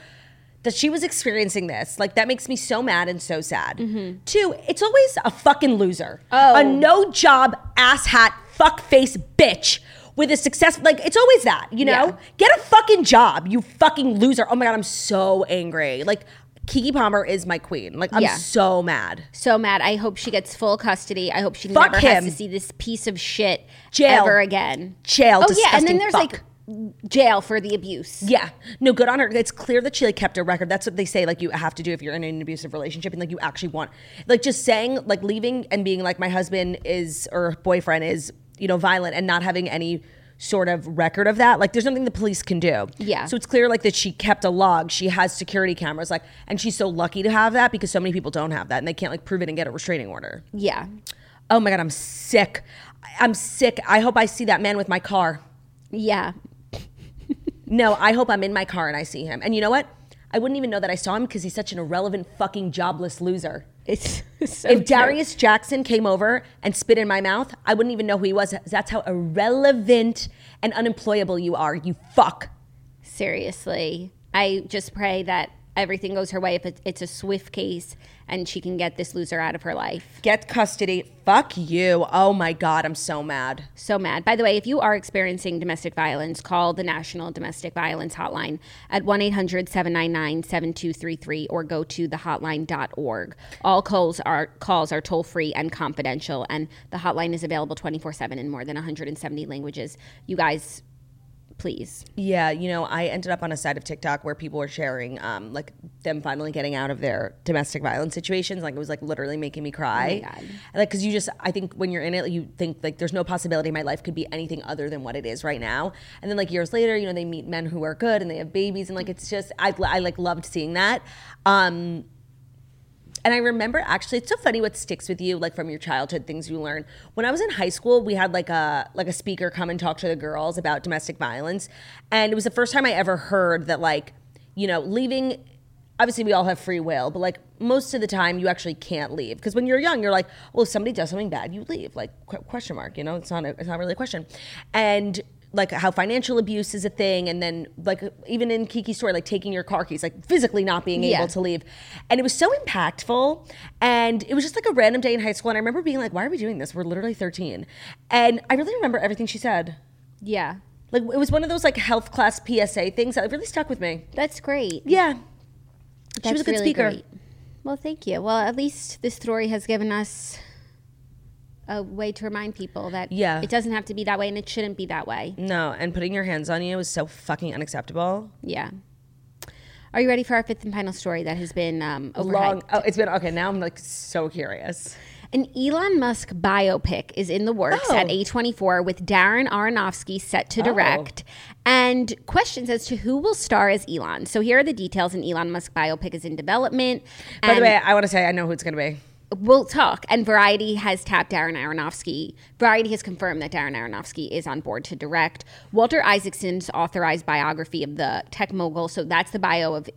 A: that she was experiencing this. Like that makes me so mad and so sad.
B: Mm-hmm.
A: Two, it's always a fucking loser. Oh. A no job ass hat fuck face bitch. With a success, like it's always that, you know?
B: Yeah.
A: Get a fucking job, you fucking loser. Oh my God, I'm so angry. Like, Kiki Palmer is my queen. Like, I'm
B: Yeah.
A: so mad.
B: so mad i hope she gets full custody i hope she
A: Fuck
B: never has
A: him.
B: to see this piece of shit
A: Jail.
B: ever again
A: Jail,
B: oh yeah
A: disgusting
B: and then there's
A: fuck.
B: like jail for the abuse
A: Yeah. No, good on her. It's clear that she like kept a record. That's what they say like you have to do if you're in an abusive relationship and like you actually want like just saying like leaving and being like my husband is or boyfriend is, you know, violent and not having any sort of record of that. Like there's nothing the police can do.
B: Yeah.
A: So it's clear like that she kept a log. She has security cameras like and she's so lucky to have that because so many people don't have that and they can't like prove it and get a restraining order.
B: yeah
A: Oh my god, I'm sick. I- I'm sick. I hope I see that man with my car.
B: yeah
A: No, I hope I'm in my car and I see him. And you know what? I wouldn't even know that I saw him because he's such an irrelevant fucking jobless loser.
B: it's *laughs* so
A: If
B: true.
A: Darius Jackson came over and spit in my mouth, I wouldn't even know who he was. That's how irrelevant and unemployable you are, you fuck.
B: Seriously. I just pray that everything goes her way if it- it's a swift case and she can get this loser out of her life.
A: Get custody. Fuck you. Oh my God, I'm so mad.
B: So mad. By the way, if you are experiencing domestic violence, call the National Domestic Violence Hotline at 1 800 799 7233 or go to thehotline.org. All calls are, calls are toll free and confidential, and the hotline is available 24 7 in more than 170 languages. You guys, please.
A: Yeah, you know, I ended up on a side of TikTok where people were sharing, um, like them finally getting out of their domestic violence situations. Like it was like literally making me cry.
B: God.
A: Like, cause you just, I think when you're in it, you think like there's no possibility my life could be anything other than what it is right now. And then like years later, you know, they meet men who are good and they have babies, and like it's just, I, I like loved seeing that. Um, and I remember actually, it's so funny what sticks with you, like from your childhood, things you learn. When I was in high school, we had like a like a speaker come and talk to the girls about domestic violence, and it was the first time I ever heard that like, you know, leaving. Obviously, we all have free will, but like most of the time, you actually can't leave because when you're young, you're like, well, if somebody does something bad, you leave. Like qu- question mark, you know, it's not a, it's not really a question, and like how financial abuse is a thing, and then like even in Kiki's story, like taking your car keys, like physically not being
B: Yeah.
A: able to leave. And it was so impactful. And it was just like a random day in high school. And I remember being like, why are we doing this? We're literally 13. And I really remember everything she said.
B: Yeah.
A: Like, it was one of those like health class PSA things that really stuck with me.
B: That's great.
A: Yeah. she was
B: That's
A: a good
B: really
A: speaker.
B: great. Well, thank you. Well, at least this story has given us a way to remind people that
A: Yeah.
B: it doesn't have to be that way and it shouldn't be that way.
A: No, and putting your hands on you is so fucking unacceptable.
B: Yeah. Are you ready for our fifth and final story that has been um, overhyped?
A: Long. Oh, it's been okay. Now I'm like so curious.
B: An Elon Musk biopic is in the works
A: Oh.
B: at A24 with Darren Aronofsky set to direct and questions as to who will star as Elon. So here are the details. An Elon Musk biopic is in development.
A: By the
B: and-
A: way, I want to say I know who it's gonna be.
B: we'll talk. And Variety has tapped Darren Aronofsky. Variety has confirmed that Darren Aronofsky is on board to direct Walter Isaacson's authorized biography of the tech mogul. So that's the bio of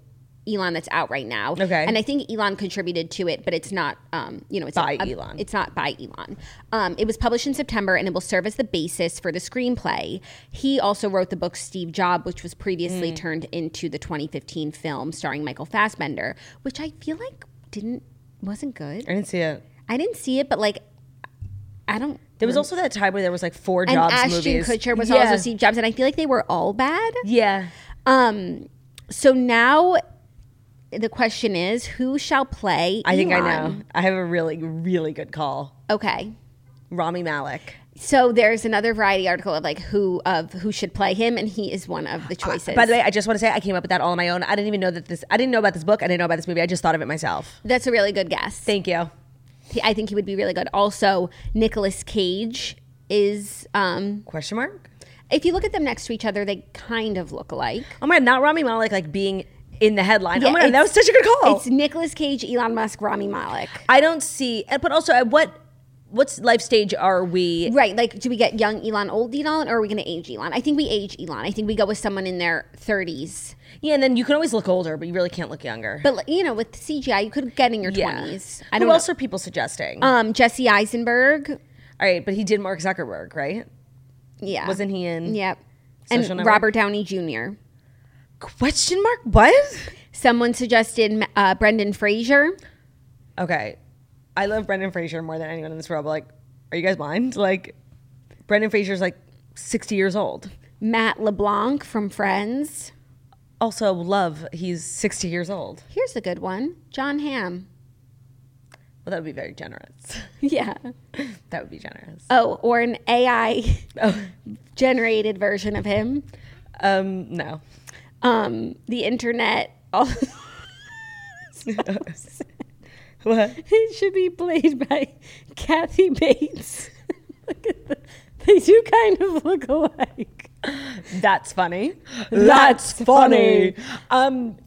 B: Elon that's out right now.
A: Okay.
B: And I think Elon contributed to it, but it's not, um, you know, it's
A: By
B: not a-
A: Elon.
B: It's not by Elon. Um, it was published in September, and it will serve as the basis for the screenplay. He also wrote the book Steve Job, which was
A: Mm.
B: previously turned into the 2015 film starring Michael Fassbender, which I feel like didn't wasn't good.
A: I didn't see it.
B: I didn't see it, but like, I don't.
A: There was also that time where there was like four
B: and
A: jobs
B: Ashton
A: movies.
B: Kutcher was
A: Yeah.
B: also Steve Jobs, and I feel like they were all bad.
A: Yeah.
B: Um, so now the question is, who shall play?
A: I think I
B: Elon?
A: know. I have a really, really good call.
B: Okay.
A: Rami Malik.
B: So there's another Variety article of like who of who should play him, and he is one of the choices.
A: Uh, By the way, I just want to say I came up with that all on my own. I didn't even know that this. I didn't know about this book. I didn't know about this movie. I just thought of it myself.
B: that's a really good guess.
A: Thank you.
B: He- I think he would be really good. Also, Nicolas Cage is. Um,
A: Question mark.
B: if you look at them next to each other, they kind of look alike.
A: Oh my god, not Rami Malek like being in the headline. oh
B: Yeah,
A: my god, that was
B: it's-
A: such a good call.
B: It's Nicolas Cage, Elon Musk, Rami Malek.
A: I don't see, and- but also at what what's life stage are we?
B: Right. Like, do we get young Elon, old Elon, or are we going to age Elon? I think we age Elon. I think we go with someone in their 30s.
A: Yeah, and then you can always look older, but you really can't look younger.
B: But, like, you know, with CGI, you could get in your
A: yeah.
B: 20s.
A: Who
B: I don't
A: else
B: know.
A: are people suggesting?
B: um, Jesse Eisenberg.
A: All right, but he did Mark Zuckerberg, right?
B: Yeah.
A: Wasn't he in?
B: Yep. And
A: Social Network?
B: Robert Downey Jr.
A: Question mark. What?
B: Someone suggested uh, Brendan Fraser.
A: Okay, I love Brendan Fraser more than anyone in this world. But like, are you guys blind? Like, Brendan Fraser's like sixty years old.
B: Matt LeBlanc from Friends.
A: Also, love. He's sixty years old.
B: Here's a good one John Hamm.
A: Well, that would be very generous. *laughs*
B: Yeah.
A: that would be generous.
B: Oh, or an AI
A: Oh.
B: generated version of him.
A: Um, no. *laughs*
B: Um, the internet. all-
A: *laughs* What?
B: It should be played by Kathy Bates. *laughs* look at the, they do kind of look alike.
A: That's funny.
B: That's funny.
A: Um,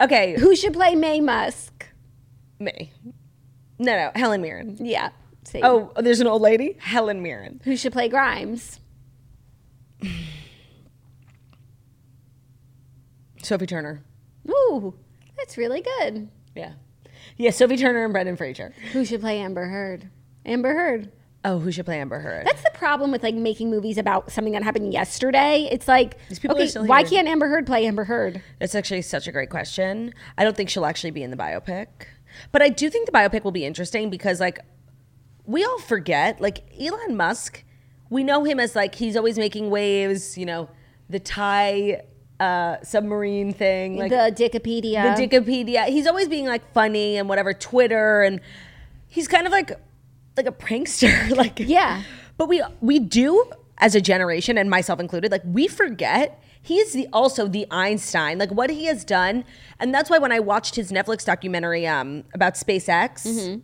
A: okay,
B: Who should play May Musk?
A: me. No, no, Helen Mirren.
B: Yeah. same.
A: Oh, there's an old lady, Helen Mirren.
B: Who should play Grimes?
A: Sophie Turner.
B: Ooh, that's really good.
A: Yeah, yeah, Sophie Turner and Brendan Fraser.
B: Who should play Amber Heard? Amber Heard.
A: Oh, who should play Amber Heard?
B: That's the problem with like making movies about something that happened yesterday. It's like,
A: people are
B: okay,
A: still
B: why
A: here.
B: can't Amber Heard play Amber Heard?
A: That's actually such a great question. I don't think she'll actually be in the biopic, but I do think the biopic will be interesting because, like, we all forget, like, Elon Musk, we know him as, like, he's always making waves, you know, the Thai uh, submarine thing, like,
B: the Dickopedia.
A: the Wikipedia. He's always being, like, funny and whatever, Twitter, and he's kind of like, like a prankster. *laughs* like,
B: Yeah.
A: But we, we do, as a generation, and myself included, like, we forget he is the, also the Einstein, like what he has done. And that's why when I watched his Netflix documentary um, about SpaceX,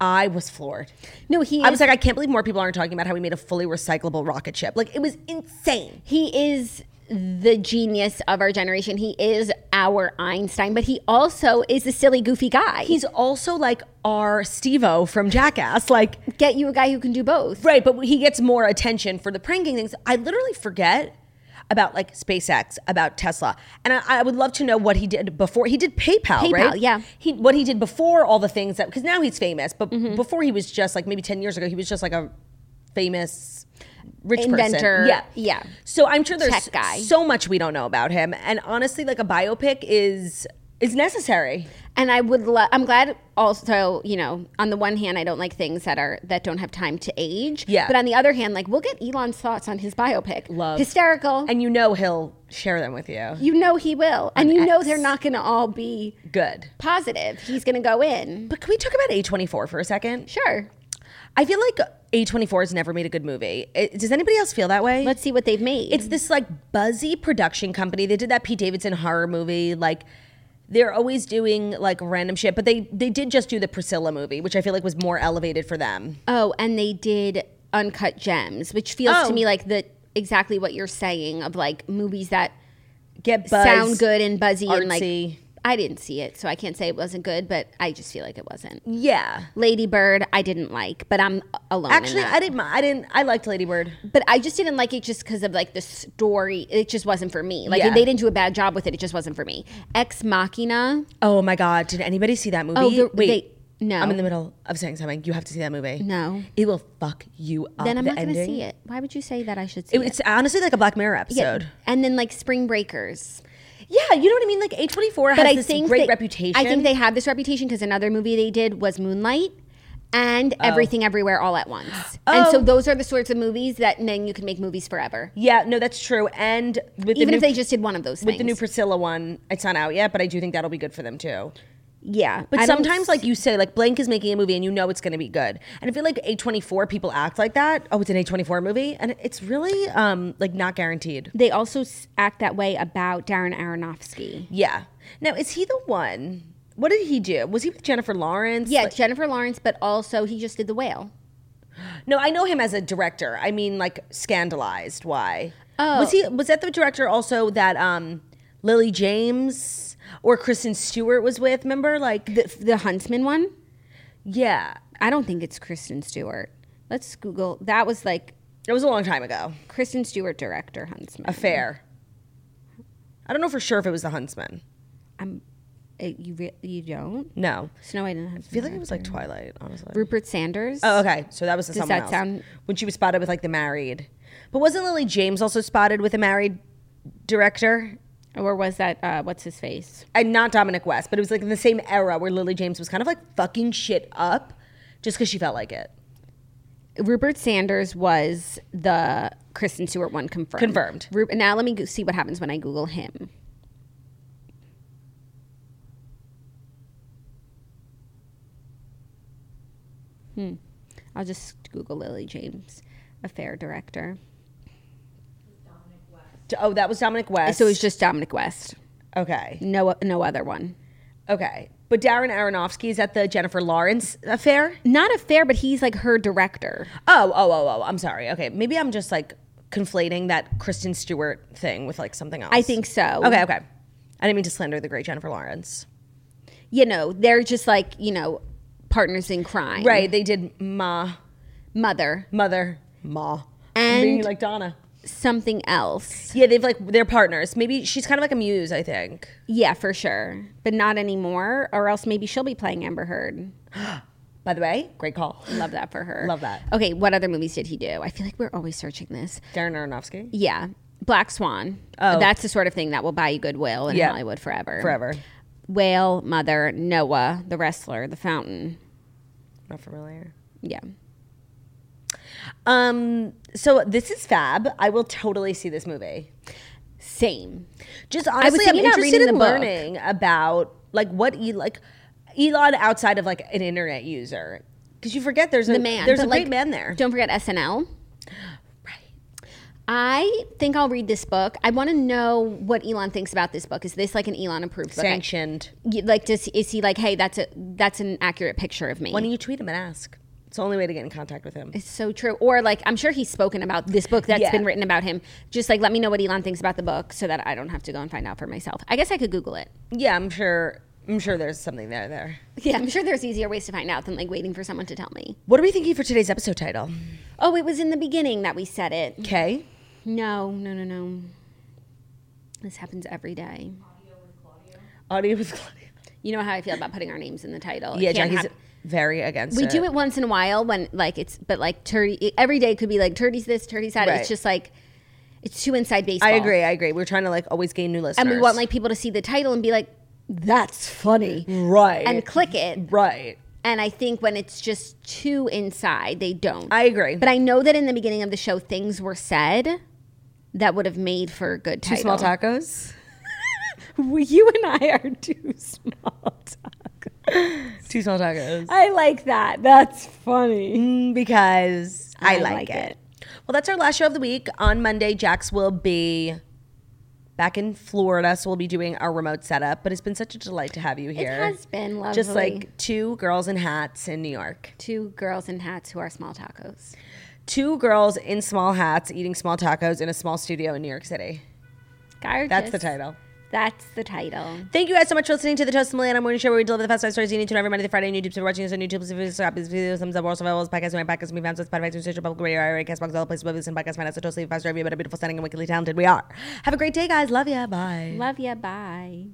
A: I was floored.
B: no, Mm-hmm. he.
A: I
B: is-
A: was like, I can't believe more people aren't talking about how we made a fully recyclable rocket ship. Like, it was insane.
B: he is the genius of our generation. He is our Einstein, but he also is a silly, goofy guy.
A: He's also like our Steve O from Jackass. Like,
B: get you a guy who can do both.
A: Right, but he gets more attention for the pranking things. I literally forget about like SpaceX, about Tesla, and I, I would love to know what he did before he did PayPal.
B: PayPal,
A: right?
B: yeah.
A: He what he did before all the things that because now he's famous, but
B: Mm-hmm.
A: before he was just like maybe ten years ago, he was just like a famous rich
B: Inventor,
A: Person. Yeah,
B: yeah.
A: So I'm sure there's
B: Tech guy.
A: so much we don't know about him, and honestly, like a biopic is is necessary.
B: And I would love. I'm glad. Also, you know, on the one hand, I don't like things that are that don't have time to age.
A: Yeah.
B: But on the other hand, like we'll get Elon's thoughts on his biopic.
A: Love.
B: hysterical. And
A: And you know he'll share them with you.
B: you know he will. And you know
A: X.
B: they're not going to all be
A: Good.
B: positive. He's going to go in.
A: But can we talk about A24 for a second?
B: Sure.
A: I feel like A24 has never made a good movie. I- does anybody else feel that way?
B: Let's see what they've made.
A: it's this like buzzy production company. They did that Pete Davidson horror movie. Like they're always doing like random shit, but they they did just do the Priscilla movie, which I feel like was more elevated for them.
B: oh, and they did Uncut Gems, which feels
A: Oh.
B: to me like the exactly what you're saying of like movies that
A: Get buzz.
B: sound good and buzzy and like
A: artsy.
B: I didn't see it, so I can't say it wasn't good, but I just feel like it wasn't.
A: Yeah.
B: Lady Bird, I didn't like, but I'm alone. in
A: Actually,
B: that.
A: I didn't. mi- I didn't. I liked Lady Bird.
B: But I just didn't like it just because of like the story. It just wasn't for me. Like
A: Yeah.
B: they didn't do a bad job with it. It just wasn't for me. Ex Machina.
A: Oh my God! Did anybody see that movie?
B: Oh, the-
A: Wait.
B: they- no.
A: I'm in the middle of saying something. You have to see that movie.
B: No.
A: It will fuck you up.
B: Then I'm
A: the
B: not going to
A: ending.
B: see it. Why would you say that I should see
A: It-
B: it?
A: It's honestly like a Black Mirror
B: Yeah.
A: episode.
B: And then like Spring Breakers.
A: Yeah, you know what I mean. Like A24 has
B: But I
A: this
B: think
A: great
B: they-
A: reputation.
B: I think they have this reputation because another movie they did was Moonlight and Everything Everywhere All at Once. And so
A: Oh.
B: those are the sorts of movies that then you can make movies forever.
A: Yeah, no, that's true. And with
B: Even
A: the
B: if
A: new,
B: they just did one of those
A: with
B: things.
A: the new Priscilla one, it's not out yet, but I do think that'll be good for them too.
B: yeah.
A: But
B: I don't
A: sometimes, like you say, like Blank is making a movie and you know it's going to be good. And I feel like A24 people act like that. Oh, it's an A24 movie, and it's really um like not guaranteed.
B: They also s- act that way about Darren Aronofsky.
A: Yeah. Now, is he the one? What did he do? Was he with Jennifer Lawrence?
B: Yeah,
A: Like-
B: Jennifer Lawrence, but also he just did The Whale.
A: no, I know him as a director. I mean, like Scandalized. Why?
B: Oh.
A: Was he? Was that the director also that um Lily James or Kristen Stewart was with? Remember, like
B: The, the Huntsman one?
A: yeah,
B: I don't think it's Kristen Stewart. Let's Google. That was like
A: it was a long time ago.
B: Kristen Stewart director Huntsman.
A: Affair. I don't know for sure if it was The Huntsman.
B: I'm, uh, you re- you don't?
A: No,
B: Snow White and the Huntsman.
A: I feel like it was like Twilight, honestly.
B: Rupert Sanders.
A: Oh, okay. So that was someone
B: that
A: else.
B: sound-
A: when she was spotted with like the married, but wasn't Lily James also spotted with a married director?
B: Or was that uh, what's his face?
A: And not Dominic West, but it was like in the same era where Lily James was kind of like fucking shit up, just because she felt like it.
B: Rupert Sanders was the Kristen Stewart one confirmed.
A: Confirmed.
B: Ru- now let me go- see what happens when I Google him. Hmm. I'll just Google Lily James, affair director.
A: D- Oh, that was Dominic West.
B: So it was just Dominic West.
A: okay,
B: No, no other one.
A: okay. But Darren Aronofsky is at the Jennifer Lawrence affair.
B: Not affair, but he's like her director.
A: Oh, oh, oh, oh. I'm sorry. Okay, maybe I'm just like conflating that Kristen Stewart thing with like something else.
B: I think so.
A: Okay, okay. I didn't mean to slander the great Jennifer Lawrence.
B: You know, they're just like you know, partners in crime.
A: Right. They did Ma,
B: Mother.
A: Mother, Ma,
B: And-
A: Being like Donna.
B: Something else.
A: Yeah, they've like they're partners. Maybe she's kind of like a muse. I think.
B: Yeah, for sure. But not anymore, or else maybe she'll be playing Amber Heard.
A: By the way, great call.
B: Love that for her.
A: Love that.
B: Okay, what other movies did he do? I feel like we're always searching this.
A: Darren Aronofsky.
B: Yeah. Black Swan.
A: Oh.
B: That's the sort of thing that will buy you goodwill in
A: Yeah.
B: Hollywood forever.
A: Forever.
B: Whale, Mother, Noah, The Wrestler, The Fountain.
A: Not familiar.
B: Yeah.
A: Um. So this is fab. I will totally see this movie.
B: Same.
A: Just honestly, I'm
B: thinking about
A: interested
B: reading
A: in
B: the book.
A: learning about like what E like Elon outside of like an internet user. Because you forget there's a
B: the man.
A: there's
B: but,
A: a great
B: like,
A: man there.
B: Don't forget SNL. Right. I think I'll read this book. I want to know what Elon thinks about this book. Is this like an Elon approved book? I-
A: Sanctioned.
B: you- like does is he like hey that's a that's an accurate picture of me
A: Why don't you tweet him and ask? It's the only way to get in contact with him.
B: it's so true or like i'm sure he's spoken about this book that's
A: Yeah.
B: been written about him just like let me know what elon thinks about the book so that i don't have to go and find out for myself i guess i could google it
A: Yeah, I'm sure. I'm sure there's something there. There.
B: yeah i'm sure there's easier ways to find out than like waiting for someone to tell me
A: What are we thinking for today's episode title?
B: oh it was in the beginning that we said it
A: Okay.
B: no no no no this happens every day
A: Audio with Claudia.
B: you know how i feel about putting our names in the title It
A: Yeah,
B: can't
A: Jackie's
B: hap-
A: very against.
B: we do it once in a while when like it's but like turdy every day could be like turdy's this turdy's that
A: Right.
B: it's just like it's too inside baseball
A: I agree. I agree. We're trying to like always gain new listeners.
B: and we want like people to see the title and be like that's funny
A: Mm-hmm. right
B: and click it
A: right.
B: and i think when it's just too inside they don't
A: I agree.
B: but i know that in the beginning of the show things were said that would have made for a good
A: two
B: title.
A: small tacos.
B: you and i are too small
A: *laughs*
B: talk
A: Two small tacos.
B: i like that that's funny
A: because Mm, I,
B: I
A: like,
B: like
A: it.
B: it.
A: Well, that's our last show of the week. On Monday, Jax will be back in Florida, so we'll be doing our remote setup. But it's been such a delight to have you
B: it
A: here.
B: has been lovely
A: Just like two girls in hats in New York.
B: two girls in hats who are small tacos
A: Two girls in small hats eating small tacos in a small studio in New York City.
B: Gorgeous.
A: That's the title.
B: That's the title.
A: Thank you guys so much for listening to the Toast Millennium Morning Show, where we deliver the fast five stories you need to know every Monday through Friday on YouTube. So if you're watching us on YouTube, please subscribe, stop this video, thumbs up, or also follow us, podcast, my podcast, we found us, Spotify, Social Public Radio, IRA, Castbox, all the places where we listen to podcasts, find us, so Toast, leave a five star review, but a beautiful standing and wickedly talented we are. Have a great day, guys. Love ya. Bye.
B: Love ya. Bye.